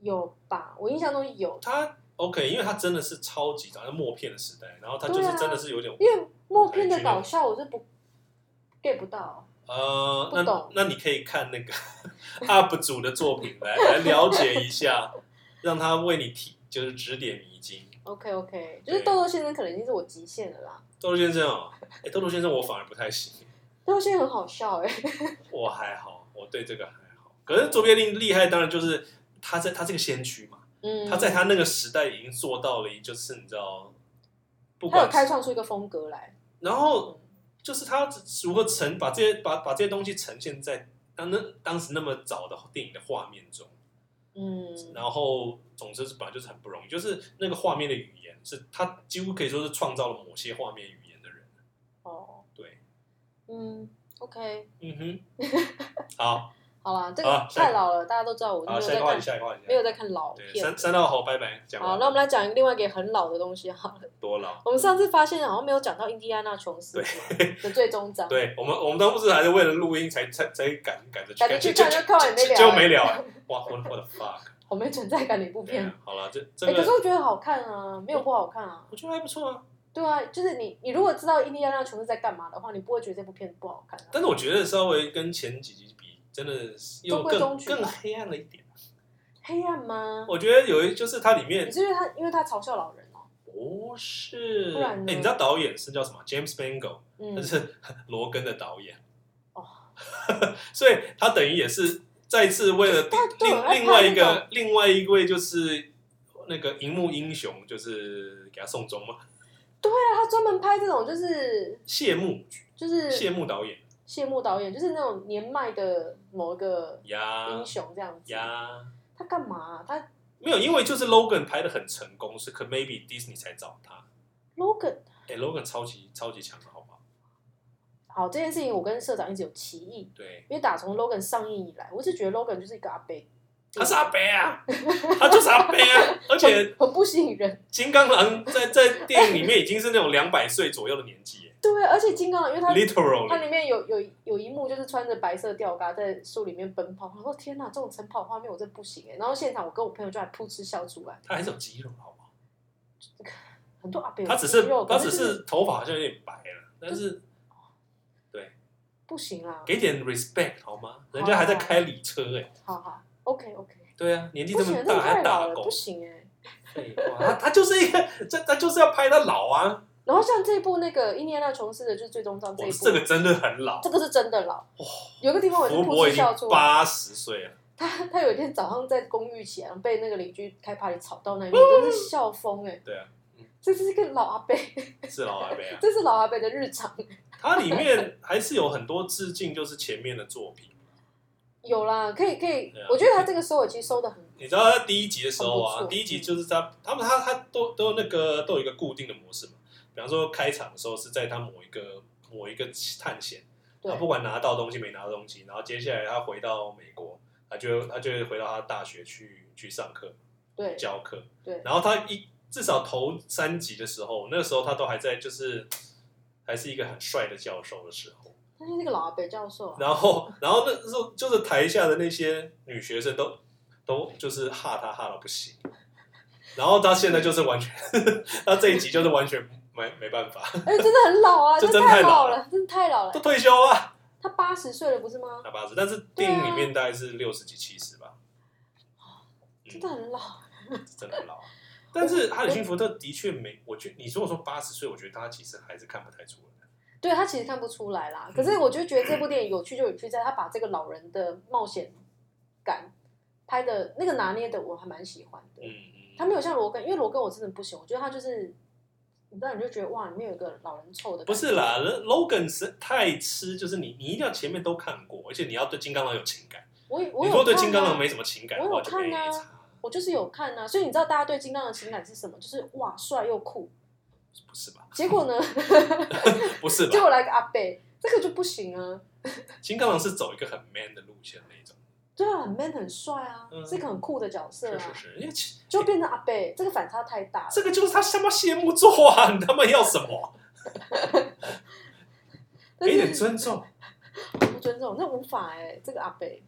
有吧？我印象中有，他 OK，因为他真的是超级早，在默片的时代，然后他就是对啊真的是有点、因为默片的搞笑我是不 get 不到，呃，不懂那那你可以看那个 (laughs) UP 主的作品来来了解一 (laughs) 下，让他为你提就是指点迷津。 OK OK，就是豆豆先生可能已经是我极限了啦。豆豆先生哦，哎、豆豆先生我反而不太行，豆豆先生很好笑哎、我还好，我对这个还好。可是卓别林厉害，当然就是他在他这个先驱嘛，嗯，他在他那个时代已经做到了，就是你知道，不他有管哦开创出一个风格来，然后就是他如何呈把这些把把这些东西呈现在当那当时那么早的电影的画面中，嗯，然后总之是本来就是很不容易，就是那个画面的语言是他几乎可以说是创造了某些画面语言的人。哦，对，嗯，OK，嗯哼， (laughs) 好，好啦，这个好下一太个老了，大家都知道我就没好，有下一在个话看，题，下一个话题，没有在看老对片三。三道好，拜拜，讲好，完那我了们来讲另外一个很老的东西好了。多了。我们上次发现好像没有讲到印第安纳琼斯是吗的最终章，对我们，我们当时还是为了录音才才才赶赶着去赶着看，去就看就看完也没就聊就没聊哎，哇，我我的 (laughs) fuck，好没存在感的一部对片。啊好了，这这哎、可是个我觉得好看啊，没有不好看啊。我觉得还不错啊，对啊，就是你你如果知道印第安纳琼斯在干嘛的话，你不会觉得这部片不好看、啊。但是我觉得稍微跟前几集比，真的是又中规更中矩吧更黑暗了一点。黑暗吗？我觉得有一就是它里你面是因为他因为他嘲笑老人哦、不是，不哎、然呢你知道导演是叫什么？James Mangold，嗯他，是 (laughs) 罗根的导演。哦， (laughs) 所以他等于也是再次为了他对我在看另另外一那个另外一位就是那个荧幕英雄，就是给他送终嘛，对啊，他专门拍这种就是谢幕就是谢幕导演谢幕导演，就是那种年迈的某一个呀英雄这样子。啊呀。他干嘛啊、他没有，因为就是 Logan 拍的很成功，是可 maybe Disney 才找他。 Logan 哎、l o g a n 超级超级强的，好不好？好这件事情，我跟社长一直有歧义。对，因为打从 Logan 上映以来，我一直觉得 Logan 就是一个阿贝，他是阿北啊，他就是阿北啊，而且很不吸引人。金刚狼在在电影里面已经是那种两百岁左右的年纪耶，对，啊而且金刚狼，因为他它 literally，里面有有有一幕就是穿着白色吊嘎在树里面奔跑，我说天哪，这种晨跑画面我真不行哎、然后现场我跟我朋友就还噗嗤笑出来，他还是有肌肉，好不好？很多阿伯有他只是肌肉他可只就是头发好像有点白了，但是不行啊。给点 respect 好吗？人家还在开礼车哎、好好，OK OK，对啊，年纪不这行，么这个大太还老打了，狗不，行哎、废话，他他就是一个，这他就是要拍他老啊，然后像这部那个《伊涅娜琼斯》的，就是最终章这我一部，这个真的很老，这个是真的老。有一个地方我也是福伯噗已嗤经笑出来。八十岁了，他他有一天早上在公寓前被那个邻居开 party 吵到那一幕，真是笑疯哎、嗯对啊，这是一个老阿伯， (laughs) 是老阿伯啊。这是老阿伯的日常。 (laughs) 它里面还是有很多致敬，就是前面的作品。有啦，可以可以对啊，我觉得他这个收尾其实收的很你知道他第一集的时候很啊，哦不错嗯第一集就是他他们他他都都有那个都有一个固定的模式嘛，比方说开场的时候是在他某一个某一个探险，对他啊不管拿到东西没拿到东西，然后接下来他回到美国，他就他就会回到他大学去去上课对教课，对然后他一至少头三集的时候，那时候他都还在就是还是一个很帅的教授的时候。他是那个老阿伯教授、啊，然后，然后那时候就是台下的那些女学生都都就是哈他哈到不行，然后他现在就是完全， (laughs) 他这一集就是完全没没办法，哎、真的很老啊， (laughs) 这真太太老了，真的太老都了。退休了，他八十岁了不是吗？大八十，但是啊电影里面大概是六十几七十吧，哦嗯真的很老。真的很老 (laughs) 啊。但是哈里逊福特的确没，我觉得你如果说八十岁，我觉得他其实还是看不太出来。对他其实看不出来啦，可嗯是我就觉得这部电影有趣就有趣在他把这个老人的冒险感拍的那个拿捏的，我还蛮喜欢的。嗯，他没有像罗根，因为罗根我真的不行，我觉得他就是，你知道你就觉得哇，里面有一个老人臭的感觉，不是啦，Logan 是太吃，就是你你一定要前面都看过，而且你要对金刚狼有情感。我也我你有如果对看金刚啊狼没什么情感的我话，有就没看啊差。我就是有看啊，所以你知道大家对金刚的情感是什么？就是哇，帅又 (laughs) 酷。不是吧？结果呢，不是结吧？果来个阿贝，这个就不行啊。金刚狼是走一个很 man 的路线那种，对啊，很 man 很帅啊，嗯是一个很酷的角色是啊，是是，因为其就变成阿贝，这个反差太大了。这个就是他他妈谢幕做啊！ (laughs) 你他妈要什么？ (laughs) 但给是点尊重。不尊重，那无法哎、这个阿北。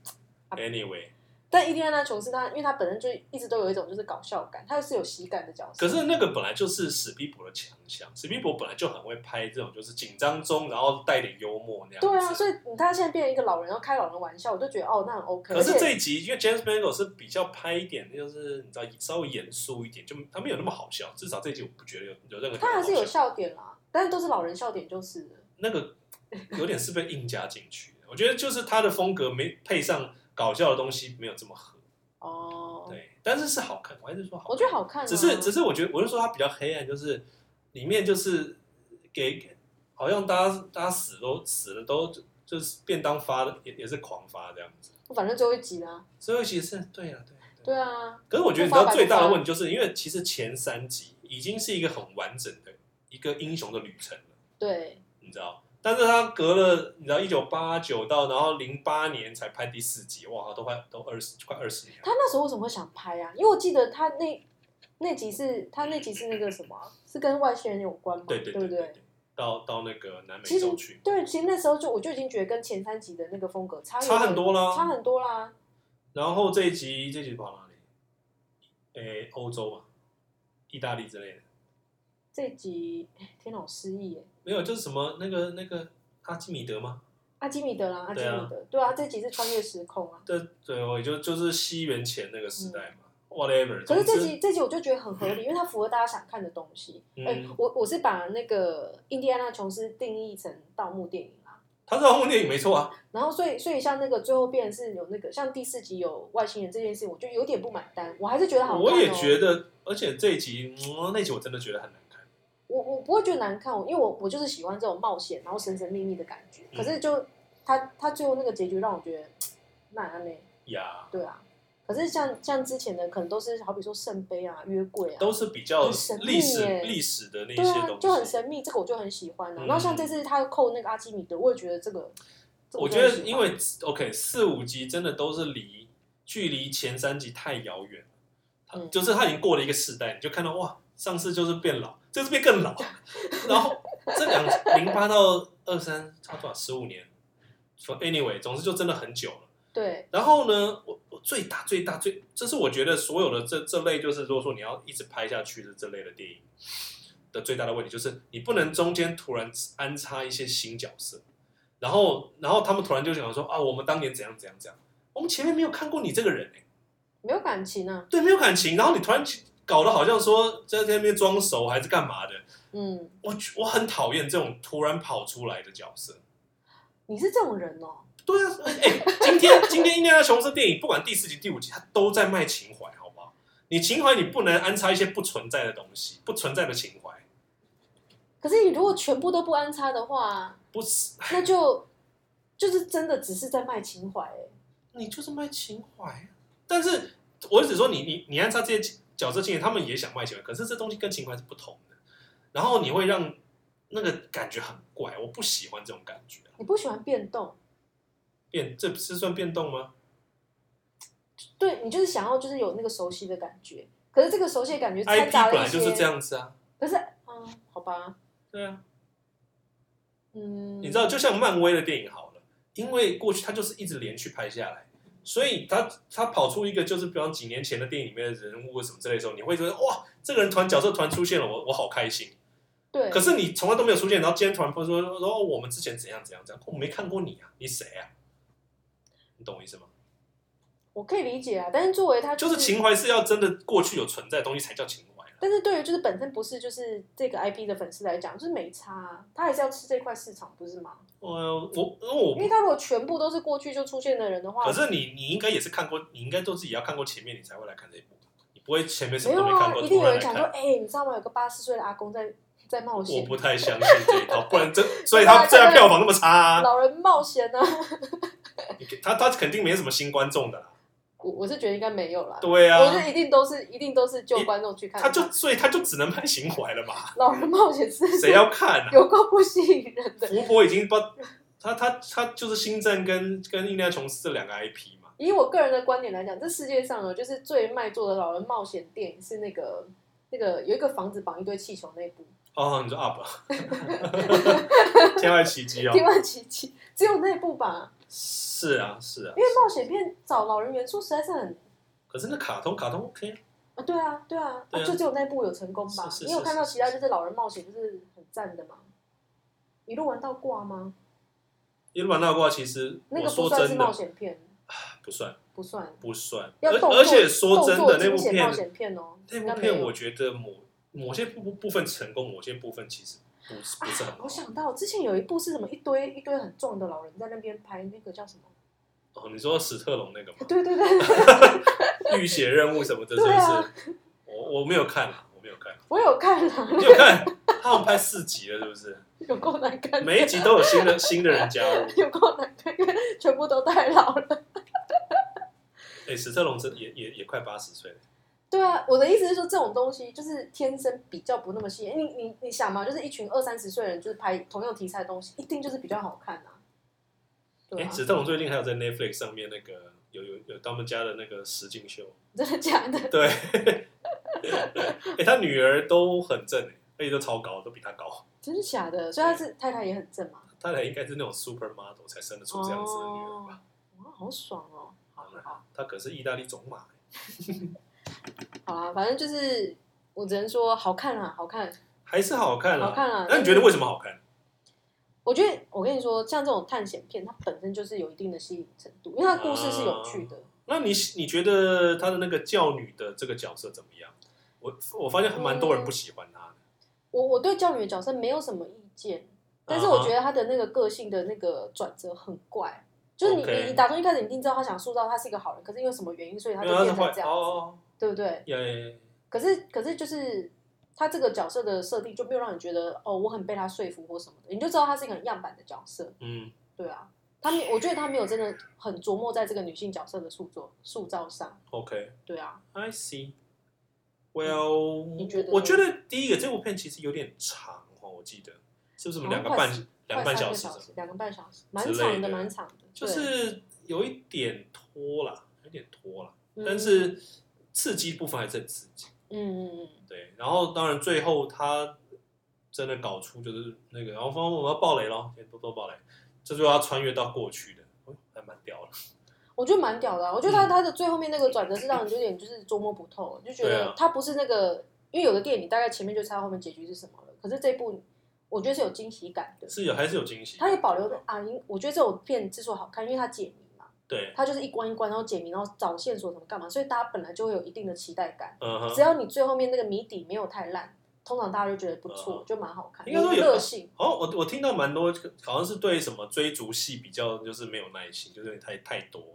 啊 Anyway，但伊利安娜琼斯他，因为他本身就一直都有一种就是搞笑感，他是有喜感的角色。可是那个本来就是史皮博的强项，史皮博本来就很会拍这种就是紧张中，然后带点幽默那样子。对啊，所以你他现在变成一个老人，然后开老人玩笑，我就觉得哦，那很 OK。可是而且这一集，因为 James Mangold 是比较拍一点，就是你知道稍微严肃一点，就他没有那么好笑。至少这一集我不觉得有有任何地方他还是好有笑笑点啦，但是都是哦老人笑点就是了。那个有点是被硬加进去的。我觉得就是他的风格没配上搞笑的东西，没有这么合。哦，对，但是是好看，我还是说好看。我觉得好看、啊。只是只是我觉得，我就说它比较黑暗，就是里面就是给好像大家大家死都死了都就是便当发的也也是狂发这样子。反正最后一集啦。所以其实是对啊，对啊对啊。对啊，可是我觉得你知道最大的问题，就是因嗯为其实前三集已经是一个很完整的一个英雄的旅程了。对，你知道？但是他隔了，你知道，一九八九到然后零八年才拍第四集，哇，都快都二十快二十年了。他那时候为什么会想拍啊？因为我记得他那那集是他那集是那个什么啊、是跟外星人有关嘛？对对不对对对，到到那个南其美实洲去，对，其实那时候就我就已经觉得跟前三集的那个风格差有差很点，多啊差啦。很多啦。然后这一集这一集跑哪里？诶，欧洲嘛，意大利之类的，这集哎天哪，我失忆耶！没有，就是什么那个那个阿基米德吗？阿基米德啦，阿基对啊米德，对啊，这集是穿越时空啊。对对，我也就就是西元前那个时代嘛，whatever。可是这总之集这集我就觉得很合理，因为它符合大家想看的东西。哎、嗯我我是把那个印第安纳琼斯定义成盗墓电影啊，它是红电影没错啊，然后所以所以像那个最后变是有那个像第四集有外星人这件事，我就有点不买单，我还是觉得好看、哦。我也觉得，而且这一集、嗯那集我真的觉得很难看。我我不会觉得难看，我因为我我就是喜欢这种冒险，然后神神秘秘的感觉。嗯可是就他他最后那个结局让我觉得那安嘞，呀、对啊。可是像像之前的可能都是好比说圣杯啊、约柜啊，都是比较很神秘历史耶历史的那对些啊东西，，就很神秘，这个我就很喜欢啊。嗯然后像这次他扣那个阿基米德，我也觉得这个，这个我就觉很喜得欢因为 OK 四五集真的都是离距离前三集太遥远了，它嗯 (laughs) 就是他已经过了一个世代，你就看到哇，上次就是变老，这次变更老，然后这两零八到二三差多少十五年，so anyway，总之就真的很久了。对，然后呢，我我最大最大最，这是我觉得所有的这这类，就是如果说你要一直拍下去的这类的电影的最大的问题，就是你不能中间突然安插一些新角色，然后然后他们突然就想说啊，我们当年怎样怎样怎样，我们前面没有看过你这个人、欸、没有感情啊，对，没有感情，然后你突然搞得好像说在那边装熟还是干嘛的，嗯，我我很讨厌这种突然跑出来的角色。你是这种人哦，对啊，哎、今天 (laughs) 今天《印第安琼斯》电影不管第四集、第五集，它都在卖情怀，好不好？你情怀你不能安插一些不存在的东西，不存在的情怀，可是你如果全部都不安插的话，不是那就就是真的只是在卖情怀、欸，你就是卖情怀。啊但是我只说你你你安插这些角色情节，他们也想卖情怀，可是这东西跟情怀是不同的，然后你会让那个感觉很怪，我不喜欢这种感觉。你不喜欢变动，变这是算变动吗？对你就是想要就是有那个熟悉的感觉，可是这个熟悉的感觉 IP 掺杂本了一来些，就是这样子啊，可是嗯，好吧，对啊，嗯，你知道，就像漫威的电影好了，因为过去它就是一直连续拍下来，所以它它跑出一个就是，比方几年前的电影里面的人物或什么之类的时候，你会觉得哇，这个人团角色团出现了，我我好开心。对，可是你从来都没有出现，然后今天突然说说说哦我们之前怎样怎样怎样，我没看过你啊，你谁啊？你懂我意思吗？我可以理解啊，但是作为他就是情怀是要真的过去有存在的东西才叫情怀啊、但是对于就是本身不是就是这个 IP 的粉丝来讲，就是没差、啊，他还是要吃这块市场，不是吗？我我因为我因为他如果全部都是过去就出现的人的话，可是你你应该也是看过，你应该都自己要看过前面，你才会来看这一部，你不会前面什没么有都没看啊，过，一定突有然人来看讲说，。哎、你知道吗？有个八十岁的阿公在在冒我险，不太相信这 (laughs) 一套，不然这所以他这样票房那么差、啊，老人冒险呢、啊？ (laughs) 你他他肯定没什么新观众的啦。我我是觉得应该没有啦，对我觉啊，得一定都是一定都是旧观众去看的，他就所以他就只能拍情怀了吧？老人冒险是 (laughs) 谁要看 (laughs) (laughs) 啊？有够不吸引人的。福伯已经把他他他就是星战跟跟印第安琼斯这两个 IP 嘛，以我个人的观点来讲，这世界上呢，就是最卖座的老人冒险电影是那个那个有一个房子绑一堆气球那一部哦，你说 UP，天外 (laughs) 奇迹 (laughs) 《哦，天外奇迹》，只有那一部吧，是啊是啊因，为冒险片找老人元素实在是很可是那卡通卡通 OK 啊啊，对啊，对啊，对啊就只有那一部有成功吧？是是你有是看到是其他就是老人冒险就是很赞的吗？一路玩到挂吗？耶鲁版那卦其实那我个不说算是真的冒险片，不算不算，不算，要而动作而且说真动作的那惊部险冒片险片哦。那应部该片没有我觉得某某些部部分成功，某些部分其实不是不是很啊好我。想到之前有一部是什么一堆一堆很壮的老人在那边拍，那个叫什么？哦，你说史特龙那个吗？对 (laughs) 对对，对浴血任务什么的，是不对啊是？我我没有看啊，我没有看，我有看了，你有看？他们拍四集了，是不是？有够难看，每一集都有新的新的人加入。有够难看，因为全部都太老了。哎，史特龙这也也也快八十岁了，对啊，我的意思是说，这种东西就是天生比较不那么吸引。你你你想嘛，就是一群二三十岁的人，就是拍同样题材的东西，一定就是比较好看啊。对哎，啊，史特龙最近还有在 Netflix 上面那个有有有他们家的那个实境秀，真的假的？ (laughs) 对。哎，他女儿都很正哎，而且都超高，都比他高。真的假的？所以他是太太也很正嘛？他俩应该是那种 super model 才生得出这样子的女儿吧？哦，哇，好爽哦！好好好。他可是意大利种马欸，好啦，反正就是我只能说好看啦，好看，还是好看好啊。看啦。那你觉得为什么好看？我觉得我跟你说，像这种探险片，它本身就是有一定的吸引程度，因为它的故事是有趣的。那你你觉得他的那个教女的这个角色怎么样？我我发现还蛮多人不喜欢他的。我我对教女的角色没有什么意见，但是啊哈我觉得她的那个个性的那个转折很怪。就是你 OK 你你打从一开始你一定知道她想塑造她是一个好人，可是因为什么原因，所以她因就为他变是成坏这样子，哦，对不对？耶，可是可是就是她这个角色的设定就没有让你觉得哦，我很被她说服或什么的，你就知道她是一个很样板的角色。嗯，对啊，他没，我觉得他没有真的很琢磨在这个女性角色的塑造塑造上。 ，OK，I 对啊， see。Well，嗯你觉得呢我觉得第一个这部片其实有点长哦，我记得是不是我们两个好像快半两个快半三小个时小什么？时，两个半小时，之蛮类长的，的蛮长的。就对是有一点拖啦，有点拖啦，嗯但是刺激部分还是很刺激。嗯嗯嗯，对，然后当然最后他真的搞出就是那个，然后反正我们要爆雷咯，先多多爆雷，这就要穿越到过去的，哦还蛮屌的。我觉得蛮屌的、啊。我觉得他嗯他的最后面那个转折是让人有点就是捉摸不透，就觉对得啊他不是那个，因为有的电影你大概前面就猜到后面结局是什么了，可是这部我觉得是有惊喜感的，是有还是有惊喜？他也保留了啊，因我觉得这种片之所以好看，因为它解谜嘛，对，它就是一关一关然后解谜，然后找线索什么干嘛，所以大家本来就会有一定的期待感。嗯只哼，要你最后面那个谜底没有太烂，通常大家就觉得不错，嗯就蛮好看，应该说有个性。好，我我听到蛮多，好像是对什么追逐戏比较就是没有耐心，就是有点太太多了。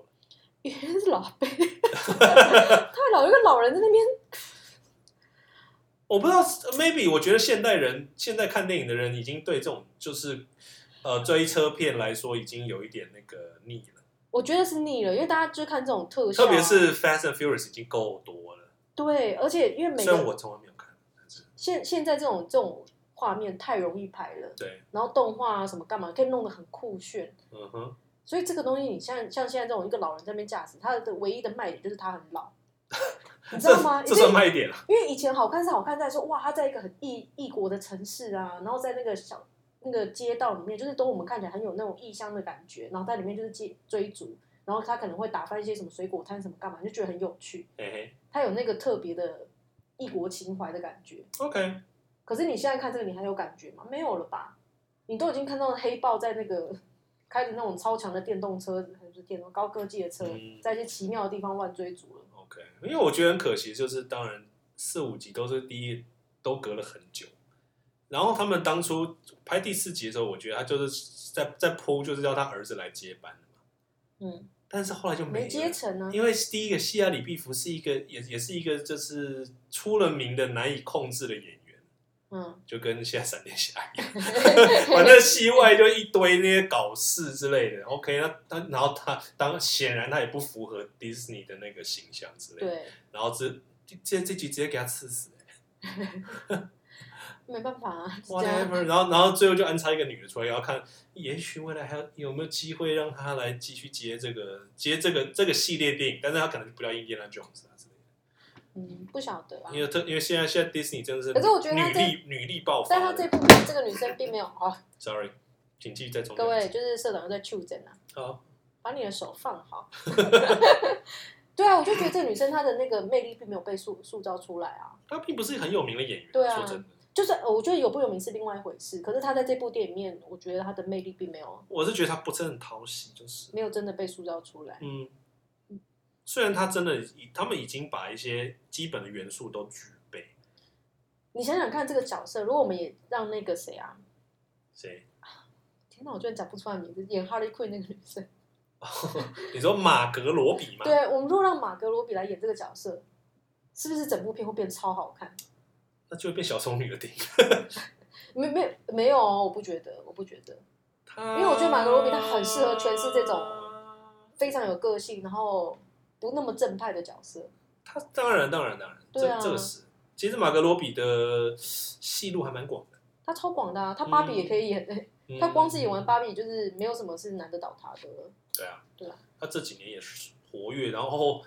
原来是老辈， (laughs) 太老，有个老人在那边。我不知道，maybe 我觉得现代人现在看电影的人已经对这种就是呃追车片来说已经有一点那个腻了，我觉得是腻了，因为大家就是看这种特效啊、特别是 Fast and Furious 已经够多了，对，而且因为每虽然个我从来没有看，但是现现在这种这种画面太容易拍了，对，然后动画啊什么干嘛可以弄得很酷炫，嗯哼，所以这个东西你像像现在这种一个老人在那边驾驶，他的唯一的卖点就是他很 (laughs) 老，你知道吗？这这因为算卖点了，因为以前好看是好看在说，哇，他在一个很异异国的城市啊，然后在那个小那个街道里面，就是都我们看起来很有那种异乡的感觉，然后在里面就是追追逐，然后他可能会打翻一些什么水果摊什么干嘛，就觉得很有趣，嘿嘿他有那个特别的异国情怀的感觉。 ，OK，可是你现在看这个，你还有感觉吗？没有了吧？你都已经看到黑豹在那个开着那种超强的电动车，还是电动高科技的车，嗯在一些奇妙的地方乱追逐了。 OK，因为我觉得很可惜，就是当然四五集都是第一都隔了很久，然后他们当初拍第四集的时候，我觉得他就是在在铺，就是要他儿子来接班嘛，嗯，但是后来就没没了接成啊。因为第一个希拉里毕福是一个也也是一个就是出了名的难以控制的演员，嗯，就跟现在闪电侠一样，反正戏外就一堆那些搞事之类的。OK，那他然后他当显然他也不符合迪士尼的那个形象之类的，对。然后这这这这集直接给他刺死、欸、没办法 (laughs) 啊，是这样。 ，whatever。然后然后最后就安插一个女的出来，然后看也许未来还有有没有机会让他来继续接这个接这个这个系列电影，但是他可能就不要印第安 Jones 啊之类的。嗯，不晓得啦因。为特因为现在现在 Disney 真的是，可是我觉得他女这力女力爆发但了。他这部这个女生并没有好， sorry，请继续再重各讲一位次。就是社长又在 c h o o s 啊，好，把你的手放 (laughs) 好。对啊，我就觉得这个女生她的那个魅力并没有被塑塑造出来啊。他并不是很有名的演员，对啊说真的，就是呃我觉得有不有名是另外一回事，可是她在这部电影里面，我觉得她的魅力并没有我是觉得他不是很讨喜，就是没有真的被塑造出来。嗯，虽然他真的已他们已经把一些基本的元素都具备，你想想看，这个角色，如果我们也让那个谁啊，谁？天哪，我居然讲不出来名字，演 Harley Quinn 那个女生，你说马格罗比吗？对我们如果让马格罗比来演这个角色，是不是整部片会变超好看？那就会变小丑女的电影。没没没有哦，我不觉得，我不觉得，他 (laughs) 因为我觉得马格罗比他很适合诠释这种非常有个性，然后不那么正派的角色。他当然当然当然，对啊这这个是。其实马格罗比的戏路还蛮广的，他超广的、啊，他芭比也可以演、嗯他光是演完芭比，就是没有什么是难得倒他的了。对啊，对啊，他这几年也是活跃，然后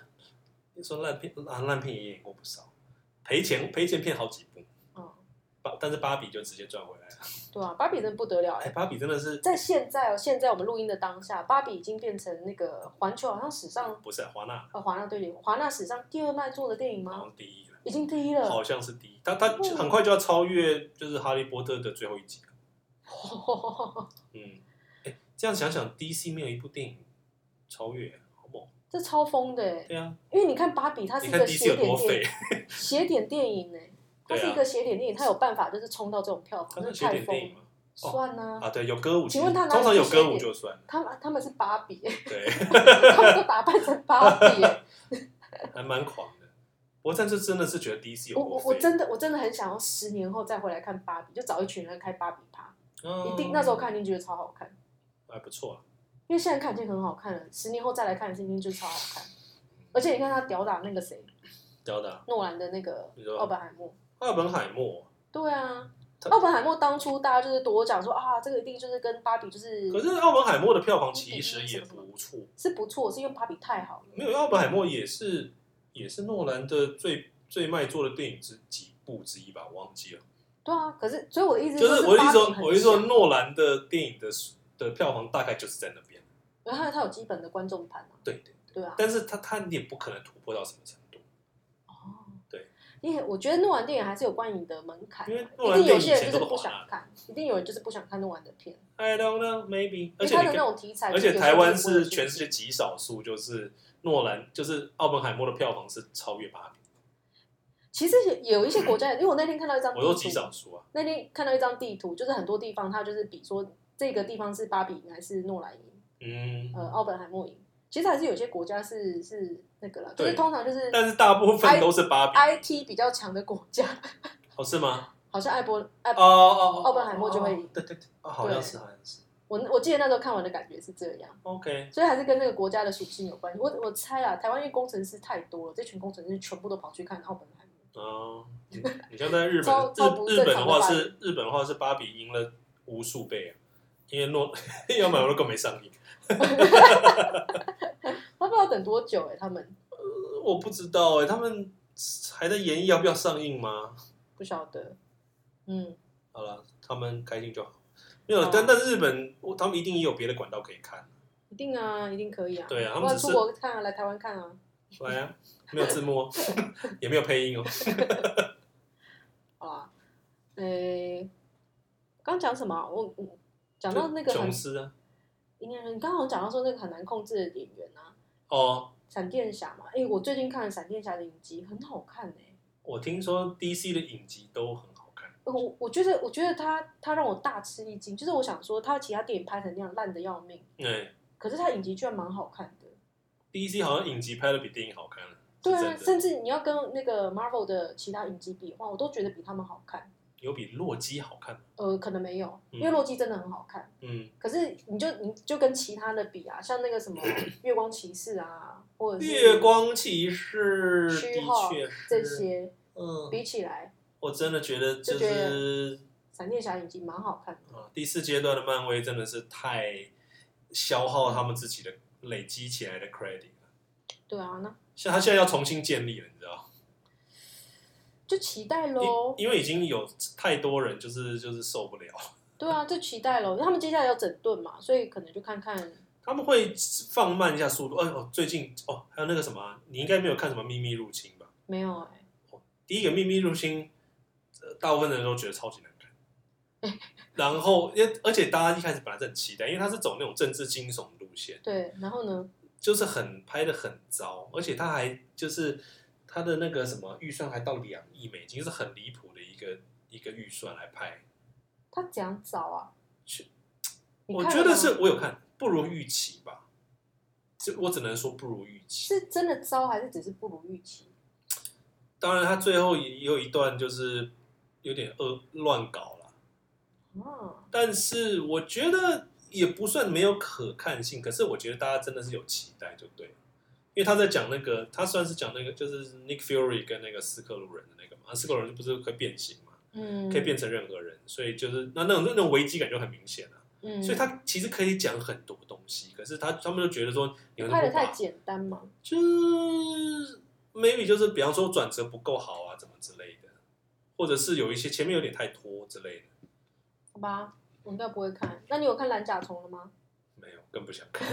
你说烂片啊，烂片也演过不少，赔钱赔钱片好几部，嗯，芭但是芭比就直接赚回来了。对啊，芭比真的不得了哎、哎，芭比真的是在现在哦，现在我们录音的当下，芭比已经变成那个环球好像史上不是啊华纳呃华纳对华纳史上第二卖座的电影好吗？像第一了，已经第一了，好像是第一，他他就很快就要超越就是哈利波特的最后一集了。嗯，哎，这样想想，DC 没有一部电影超越，好猛。 (laughs) 这超疯的哎、对啊，因为你看芭比，它是你一看个 DC 斜有点多电废影。，斜点电影呢、它对啊是一个斜点电影，它有办法就是冲到这种票它房，是真写的点太电影疯，吗？哦算啊。啊，对，有歌舞其实，请问他哪里通常有是歌舞写点就算了，他们他们是芭比、对。 (laughs) (laughs) 他们都打扮成芭比、欸。还蛮狂的。我但是真的是觉得 DC (laughs) 有我多我废我真的我真的很想要十年后再回来看芭比，就找一群人开芭比趴，嗯一定那时候看一定觉得超好看，还不错啊。因为现在看已经很好看了，十年后再来看一定就超好看。而且你看他吊打那个谁，屌的啊，诺兰的那个你说奥本海默。奥本海默，对啊，他奥本海默当初大家就是多讲说啊，这个一定就是跟芭比就是可是奥本海默的票房其实也不错，是不错，是因为芭比太好了。没有奥本海默也是也是诺兰的最最卖座的电影之几部之一吧，我忘记了。对啊，可是所以我的意思就是我是一八点直说很，我一直说小，诺兰的电影的的票房大概就是在那边，然后他有基本的观众盘啊，对对对对，啊，但是他他也不可能突破到什么程度，哦，对，因为我觉得诺兰电影还是有观影的门槛啊，因为诺一定兰有电影些以人前就都是不啊不好想看看，一定有人就是不想看诺兰的片， ，I don't know maybe，因而为且他你的看那种题材，而就是且有些台湾人不会是去全世界极少数，就是诺兰，就是奥本海默的票房是超越芭比，其实有一些国家，因为我那天看到一张地我图，说极少数啊。那天看到一张地图，就是很多地方它就是比说这个地方是芭比赢还是诺兰赢，嗯，呃，奥本海默赢。其实还是有些国家是是那个了，就是对通常就是但是大部分都是芭比， IT 比较强的国家，哦是吗？好像艾波艾哦哦，哦呃奥本海默就会赢对对对，哦好像是好像是我我记得那时候看完的感觉是这样， ，OK，所以还是跟那个国家的属性有关系。我我猜啊，台湾因为工程师太多了，这群工程师全部都跑去看奥本海默。 (laughs) 哦，你你像在日本，超超不日日本的话正常的是日本的话是芭比赢了无数倍啊，因为诺 (laughs) 要买我都更没上映，他不知道等多久哎、他们呃我不知道哎，他们还在演绎要不要上映吗？不晓得。嗯，好了，他们开心就好。没有好，啊但但日本，我他们一定也有别的管道可以看。一定啊，一定可以啊。对啊他不们然只出是国看啊，来台湾看啊。来啊，没有字幕、哦， (laughs) 也没有配音哦。好啦，诶、刚讲什么啊？我我讲到那个很琼，斯啊，应该你刚好讲到说那个很难控制的演员啊，哦，闪电侠嘛。诶、我最近看了闪电侠的影集，很好看哎、我听说 DC 的影集都很好看。呃我我觉得，我觉得他他让我大吃一惊，就是我想说，他其他电影拍成那样烂的要命，对可是他影集居然蛮好看的。 ，DC 哎好像影集拍的比电影好看了。对啊，是真的甚至你要跟那个 Marvel 的其他影集比的话，我都觉得比他们好看。有比洛基好看吗。呃，可能没有，嗯因为洛基真的很好看。嗯，可是你就你就跟其他的比啊，像那个什么月光骑士啊，或者是月光骑士虚的号确是这。些嗯，比起来，我真的觉得就就觉是闪电侠已经蛮好看的。啊，第四阶段的漫威真的是太消耗他们自己的累积起来的 credit 了。对啊，那像他现在要重新建立了，你知道吗。就期待喽因。因为已经有太多人就是就是受不了，对啊，就期待喽。因为他们接下来要整顿嘛，所以可能就看看。他们会放慢一下速度。哎呦，最近哦，还有那个什么啊，你应该没有看什么《秘密入侵》吧？没有哎、第一个《秘密入侵》呃，大部分人都觉得超级难看。 (laughs) 然后，因为而且大家一开始本来是很期待，因为他是走那种政治惊悚路线，对，然后呢？就是很拍的很糟，而且他还就是他的那个什么预算还到两亿美金，是很离谱的一个一个预算来拍。他怎样找啊？是你我看觉了得吗是我有看，不如预期吧。这我只能说不如预期。是真的糟，还是只是不如预期？当然，他最后也也有一段就是有点恶乱搞了，啊，但是我觉得也不算没有可看性。可是我觉得大家真的是有期待，就对了，因为他在讲那个，他算是讲那个就是 Nick Fury 跟那个斯克鲁人的那个嘛，啊斯克鲁人就不是可以变形嘛，嗯，可以变，成任何人，所以就是那那种那种危机感就很明显啊。嗯，所以他其实可以讲很多东西，可是他他们就觉得说你们拍的不把太简单嘛。就是 maybe 就是比方说转折不够好啊，怎么之类的，或者是有一些前面有点太拖之类的，好吧，我应该不会看。那你有看《蓝甲虫》了吗？没有，更不想 (laughs) 看。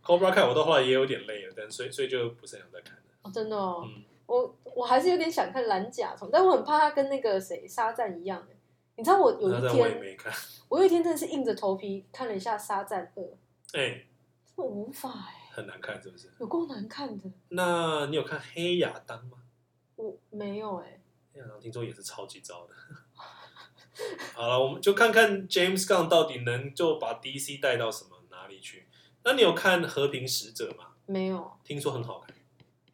Cobra 看我到后来也有点累了，但所以所以就不是很想再看了。哦，真的哦，嗯，我我还是有点想看《蓝甲虫》，但我很怕它跟那个谁《沙赞》一样欸。你知道我有那一但我也天，没看。 (laughs) 我有一天真的是硬着头皮看了一下《沙赞二》，哎、我无法哎、很难看是不是？有够难看的。那你有看《黑亚当》吗？我没有哎、黑亚当听说也是超级糟的。 (laughs) 好了，我们就看看 James Gunn 到底能就把 DC 带到什么哪里去。那你有看《和平使者》吗？没有。听说很好看。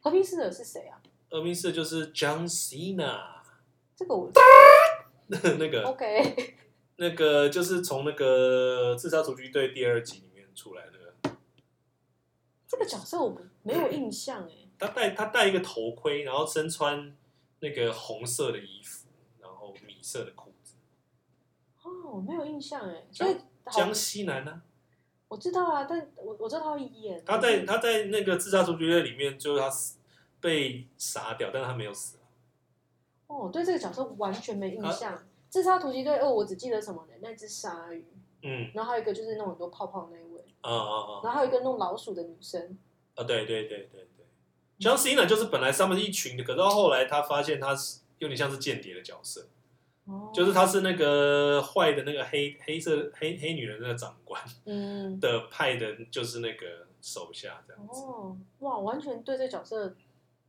和平使者是谁啊？二名四就是 John Cena， (laughs) 这个我那哦个 OK， (laughs) 那个就是从那个《自杀突击队》第二集里面出来那个，这个角色我不没有印象哎、他戴他戴一个头盔，然后身穿那个红色的衣服，然后米色的裤子。哦，我没有印象哎、所江以好江，西南呢、我知道啊，但我我知道他会演。他在他在啊那个《自杀突击队》里面，就是他死被杀掉，但是他没有死。哦，我对这个角色完全没啊印象。自杀突击队二，我只记得什么呢？那只鲨鱼，嗯，然后还有一个就是弄很多泡泡那一位，啊啊啊然后还有一个弄老鼠的女生。啊！对对对对对，John Cena 就是本来他们是一群的，可是到后来他发现他是有点像是间谍的角色，哦，就是他，是那个坏的那个黑黑色黑黑女人的那个长官 (laughs) 嗯，的派的，就是那个手下这样子。哦，哇，完全对这角色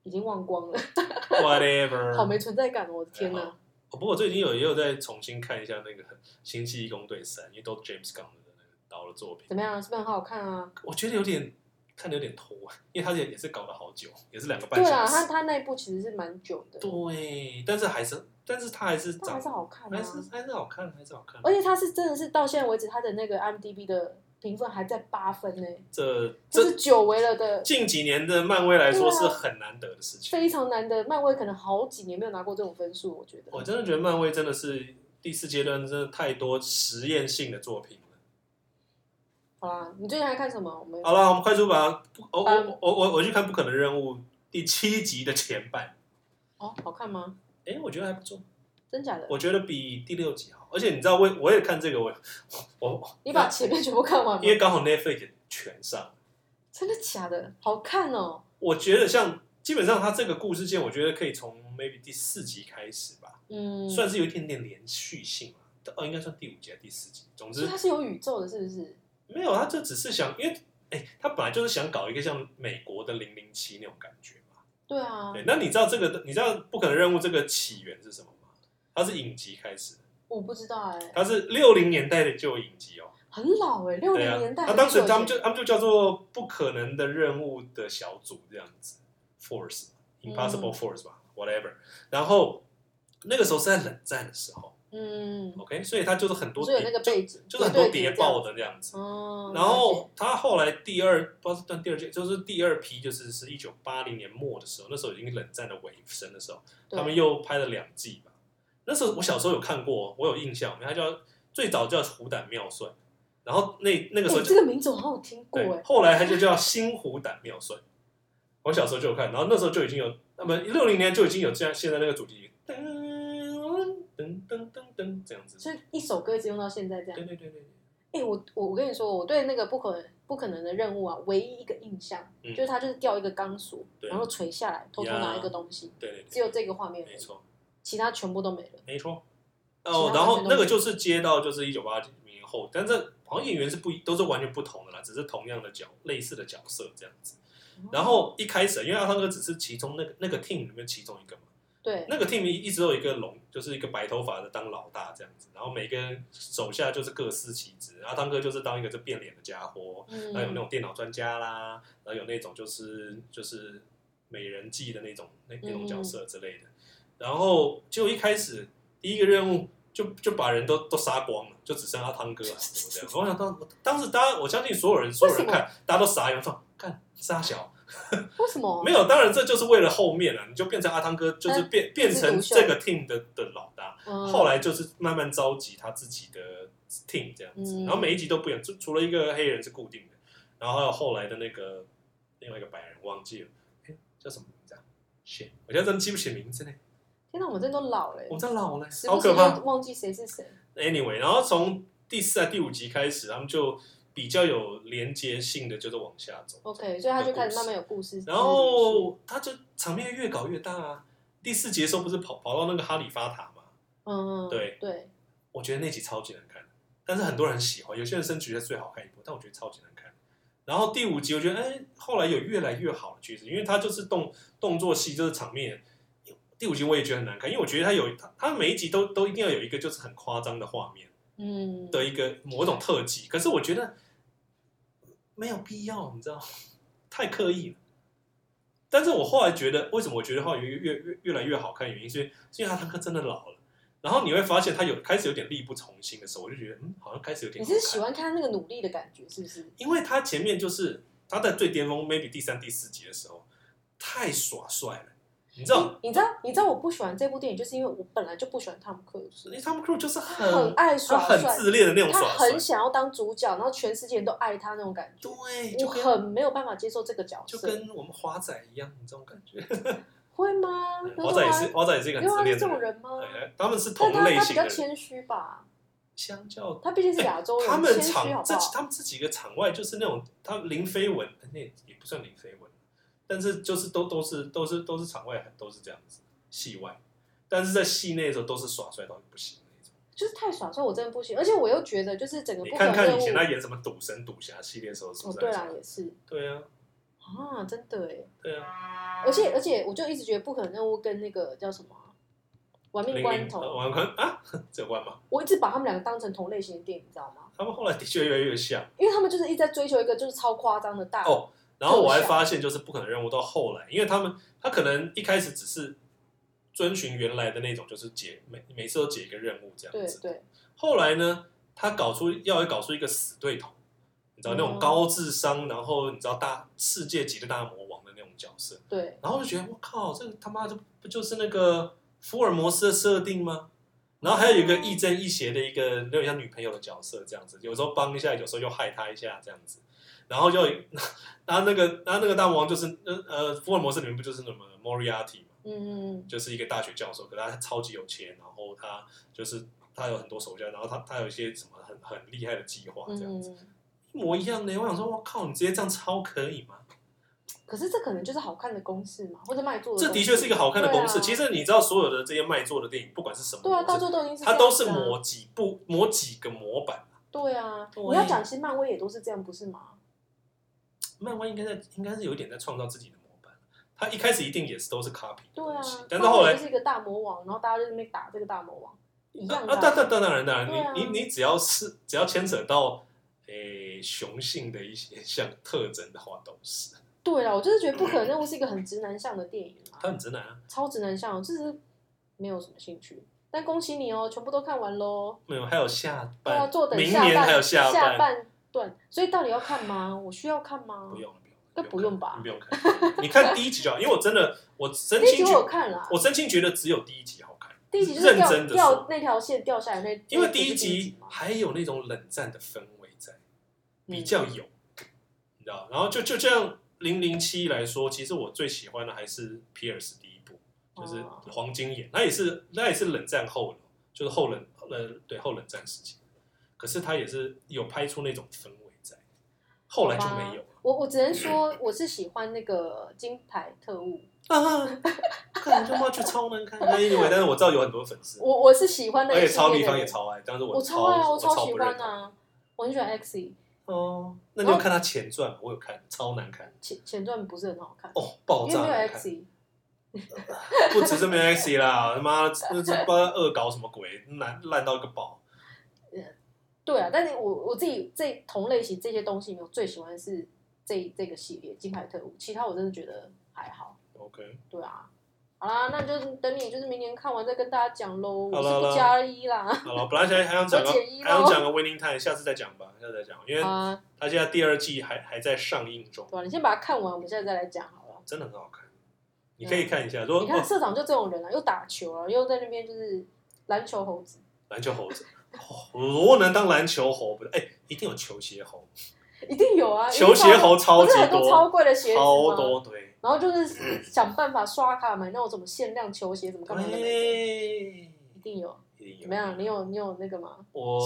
已经忘光了， (laughs) Whatever，哦好没存在感哦！我的天还哪，哦不过我最近有也有在重新看一下那个《星际义工队三》，因为都 James Gunn 的那个导的作品怎，么样？是不是很好看啊？我觉得有点看的有点拖，啊因为他也也是搞了好久，也是两个半对小啊，时他。他那一部其实是蛮久的，对，但是还是，但是他还是但长还是好看还啊。是还是好看，还是好看。而且他是真的是到现在为止，他的那个 IMDB 的评分还在八分呢，这这这是久违了的，近几年的漫威来说对是啊很难得的事情。非常难得。漫威可能好几年没有拿过这种分数，我觉得。我真的觉得漫威真的是第四阶段真的太多实验性的作品了。好啦，你最近还看什么？我们好了，我们快速把不哦我我嗯我我我去看《不可能任务》第七集的前半，哦，好看吗？哎，我觉得还不错，真假的？我觉得比第六集好。而且你知道我我也看这个，我我你把前面全部看完因为吗？刚好 Netflix 也全上。真的假的？好看哦！我觉得像基本上它这个故事线，我觉得可以从 maybe 第四集开始吧，嗯，算是有一点点连续性嘛。哦，应该算第五集还是第四集。总所 (laughs) 之以它是有宇宙的，是不是？没有，啊他这只是想，因为哎，他本来就是想搞一个像美国的零零七那种感觉嘛。对啊，对，那你知道这个，你知道不可能任务这个起源是什么吗？它是影集开始的，我不知道哎，它是六零年代的就有影集哦。很老哎，六对零啊年代，那很当时久以他们前就他们就叫做不可能的任务的小组这样子，Force Impossible 嗯 Force 吧、w h a t e v e r 然后那个时候是在冷战的时候嗯， ，OK，所以它就是很多所以有那个谍背景，就就是很多对谍报，啊的这样子。嗯，然了解后他后来第二不知道是算第二届，就是第二批，就是是一九八零年末的时候，那时候已经冷战的尾声的时候，对他们又拍了两季吧。那时候我小时候有看过，我有印象，他叫最早叫《虎胆妙算》，然后那那个时候哎就、这个名字我好像有听过对哎，，后来他就叫《新虎胆妙算》，我小时候就有看，然后那时候就已经有，那么六零年就已经有这样现在那个主题，噔噔噔噔噔这样子，所以一首歌一直用到现在这样对。对对对，哎、我我我跟你说，我对那个不可能不可能的任务啊，唯一一个印象、嗯就是他就是吊一个钢索，对然后垂下来，偷偷呀拿一个东西，对对只有这个画面而对，没已，错。其他全部都没了。没错。其哦，他完然后全都那个没就是接到就是一九八零年后，但这好像演员是不一都是完全不同的啦，只是同样的角类似的角色这样子。然哦后一开始，因为阿汤哥只是其中那个那个 team 里面其中一个嘛，对，那个 team 一直都有一个龙，就是一个白头发的当老大这样子，然后每个人手下就是各司其职，阿汤哥就是当一个这变脸的家伙，嗯哎然后有那种电脑专家啦，然后有那种就是就是美人计的那种那那种角色之类的。然后就一开始第一个任务就就把人都都杀光了，就只剩阿汤哥啊什么这样。我想当当时大家我相信所有人所有人为什看大家都傻眼说看杀小为什么没？有，当然这就是为了后面啊，你就变成阿汤哥就是嗯变变成独秀这个 team 的的老大。嗯后来就是慢慢召集他自己的 team 这样子，嗯然后每一集都不一样，就除了一个黑人是固定的，然后还有后来的那个另外一个白人忘记了，哎，叫什么名字啊？shit，我现在真记不起名字呢，天哪，我们这都老了欸，我真老了，时好不可时怕就。忘记谁是谁。 Anyway，然后从第四啊第五集开始，他们就比较有连接性的，就是往下走。 OK，所以他就开始慢慢有故事。然后他就场面越搞越大啊。第四集的时候不是跑跑到那个哈利法塔嘛？嗯，对对，我觉得那集超级难看，但是很多人喜欢，有些人生觉得最好看一部，但我觉得超级难看。然后第五集我觉得，哎，后来有越来越好的趋势，因为它就是动动作戏，就是场面。第五集我也觉得很难看，因为我觉得它有它它每一集都都一定要有一个就是很夸张的画面嗯，的一个某种特技，可是我觉得没有必要，你知道，太刻意了。但是我后来觉得，为什么我觉得后来越越越越来越好看？原因是因为是因为阿汤哥真的老了，然后你会发现他有开始有点力不从心的时候，我就觉得嗯，好像开始有点你好看是喜欢看那个努力的感觉，是不是？因为他前面就是他在最巅峰，maybe 第三、第四集的时候太耍帅了，你知道，你知道，你知道我不喜欢这部电影，就是因为我本来就不喜欢汤姆克鲁斯因，为汤姆克鲁就是很很爱他耍很帅，自恋的那种他耍帅很，想要当主角，然后全世界人都爱他那种感觉。对，我就跟很没有办法接受这个角就色，跟我们华仔一样，你这种感觉。会吗？刘华德仔也华是华仔也是一个很刘德自华是恋这的种人，人吗？对他们是但同他类他比型的较人。谦虚吧，相较他毕竟是亚洲人，他们谦虚好场不这好？他们这几个场外就是那种他零绯闻，那也不算零绯闻，但是就是都都是都是都是场外都是这样子，戏外，但是在戏内的时候都是耍帅到不行的那种。就是太爽，所以我真的不行。而且我又觉得，就是整个你不可看看任以务，前他演什么赌神、赌侠系列的时候，是不哦，是对在啦讲？，也是对啊，啊，真的哎。对啊，而且而且，我就一直觉得不可能任务跟那个叫什么啊玩命零关零头，王冠啊， (laughs) 这关嘛，我一直把他们两个当成同类型的电影，你知道吗？他们后来的确越来越像。因为他们就是一直在追求一个就是超夸张的大，哦，然后我还发现，就是不可能任务到后来，因为他们他可能一开始只是遵循原来的那种，就是解每每次都解一个任务这样对子。对，后来呢，他搞出要搞出一个死对头，你知道那种嗯高智商，然后你知道大世界级的大魔王的那种角色，对，然后就觉得我靠，这个他妈这不就是那个福尔摩斯的设定吗？然后还有一个亦正亦邪的一个有点像女朋友的角色这样子，有时候帮一下，有时候又害他一下这样子，然后就 (laughs) 然后那个然后那个大魔王就是呃呃福尔摩斯里面不就是什么 Moriarty 嘛，嗯嗯就是一个大学教授，可他超级有钱，然后他就是他有很多手下，然后他他有一些什么很很厉害的计划嗯这样子，嗯。一模一样的。欸我想说，我靠，你直接这样抄可以吗？可是这可能就是好看的公式嘛，或者卖座这的公式确是一个好看的公式。对啊其实你知道，所有的这些卖座的电影，不管是什么对啊，模到式，最后都已经是这它样都是子啊模几部模几个模板。对啊，对你要讲，其实漫威也都是这样，不是吗？漫威应该在应该是有一点在创造自己的模板。他一开始一定也是都是 copy 的对啊东西，，但是后他来就是一个大魔王，然后大家就在那边打这个大魔王，一样的啊，当当当然当对啊然，你你你只要是只要牵扯到诶雄性的一些 (laughs) 像特征的话，都是对啊，我就是觉得不可能任务是一个很直男向的电影啊他，很直男啊。超直男向，就是没有什么兴趣。但恭喜你哦，全部都看完喽，没有，还有下都要半，哦坐等明啊下年还有半下下半，半段，所以到底要看吗？我需要看吗？不用了那不不用用了吧不用看，不用看，你看第一集就好，因为我真的我真第一集心我觉有看啦，我真心觉得只有第一集好看，第一集就认是掉真的掉说，那条线掉下来那，因为那第不一是第集嘛还有那种冷战的氛围在，比嗯较有，你知道？然后就就这样，零零七来说，其实我最喜欢的还是皮尔斯第一部，就是哦黄金眼，那也是那也是冷战后了，就是后冷呃对后冷战时期，可是他也是有拍出那种氛围在，后来就没有了。 (laughs) 我我只能说我是喜欢那个金牌特务，啊，看他妈就超能看。那 anyway，但是我知道有很多粉丝，我我是喜欢那而一且系超立列的方也人，超爱，但是我超超爱啊，我我超喜不认欢同。啊，我很喜欢 X E，哦，那你有看他前传吗？我有看，超难看前前传不是很好看，哦，因爆为炸没有难看。 X，E 不只是没有 X 啦，他妈那这不知道恶搞什么鬼，烂烂到一个爆。对啊，但是我我自己这同类型这些东西里面，我最喜欢的是这这个系列金牌特务，其他我真的觉得还好， OK，对啊。好啦，那就是等你就是明年看完再跟大家讲喽，好我啦是好啦不加一啦。好了，本来想还想讲个我解衣还咯想讲个 Winning Time，下次再讲吧，下次再讲，因为啊，他现在第二季还还在上映中对，啊吧、你先把它看完，我们现在再来讲好了。真的很好看，你可以看一下。如哦果啊你看社长就这种人啊，又打球啊，又在那边就是篮球猴子，篮球猴子。哦，如果能当篮球猴，不是？哎、一定有球鞋猴，一定有啊，球鞋猴超不级是很多超多，贵的鞋子超吗？多对。然后就是想办法刷卡买那种什么限量球鞋，怎么干嘛的，一对，定有。一定有怎么样？你有你有那个吗？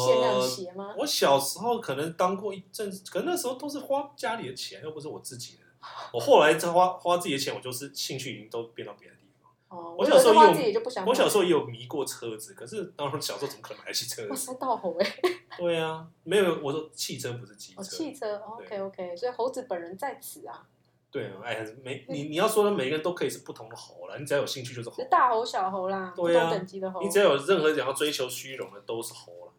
限量我鞋吗？我小时候可能当过一阵子，可能那时候都是花家里的钱，又不是我自己的。我后来再花花自己的钱，我就是兴趣已经都变到别的地方。哦，我我小时有时候候有花自己就不想买。我小时候也有迷过车子，可是当时小时候怎么可能买得起车哇子？塞，到猴哎、对啊，没有，我说汽车不是机车。哦，汽车对，OK OK，所以猴子本人在此啊，对，哎，每你你要说的每个人都可以是不同的猴了，你只要有兴趣就是猴是。大猴小猴啦，不对啊同等级的猴你。只要有任何想要追求虚荣的，都是猴了。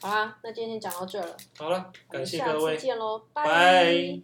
好啦，那今天先讲到这了，好了，感谢我们各下位次。见喽，拜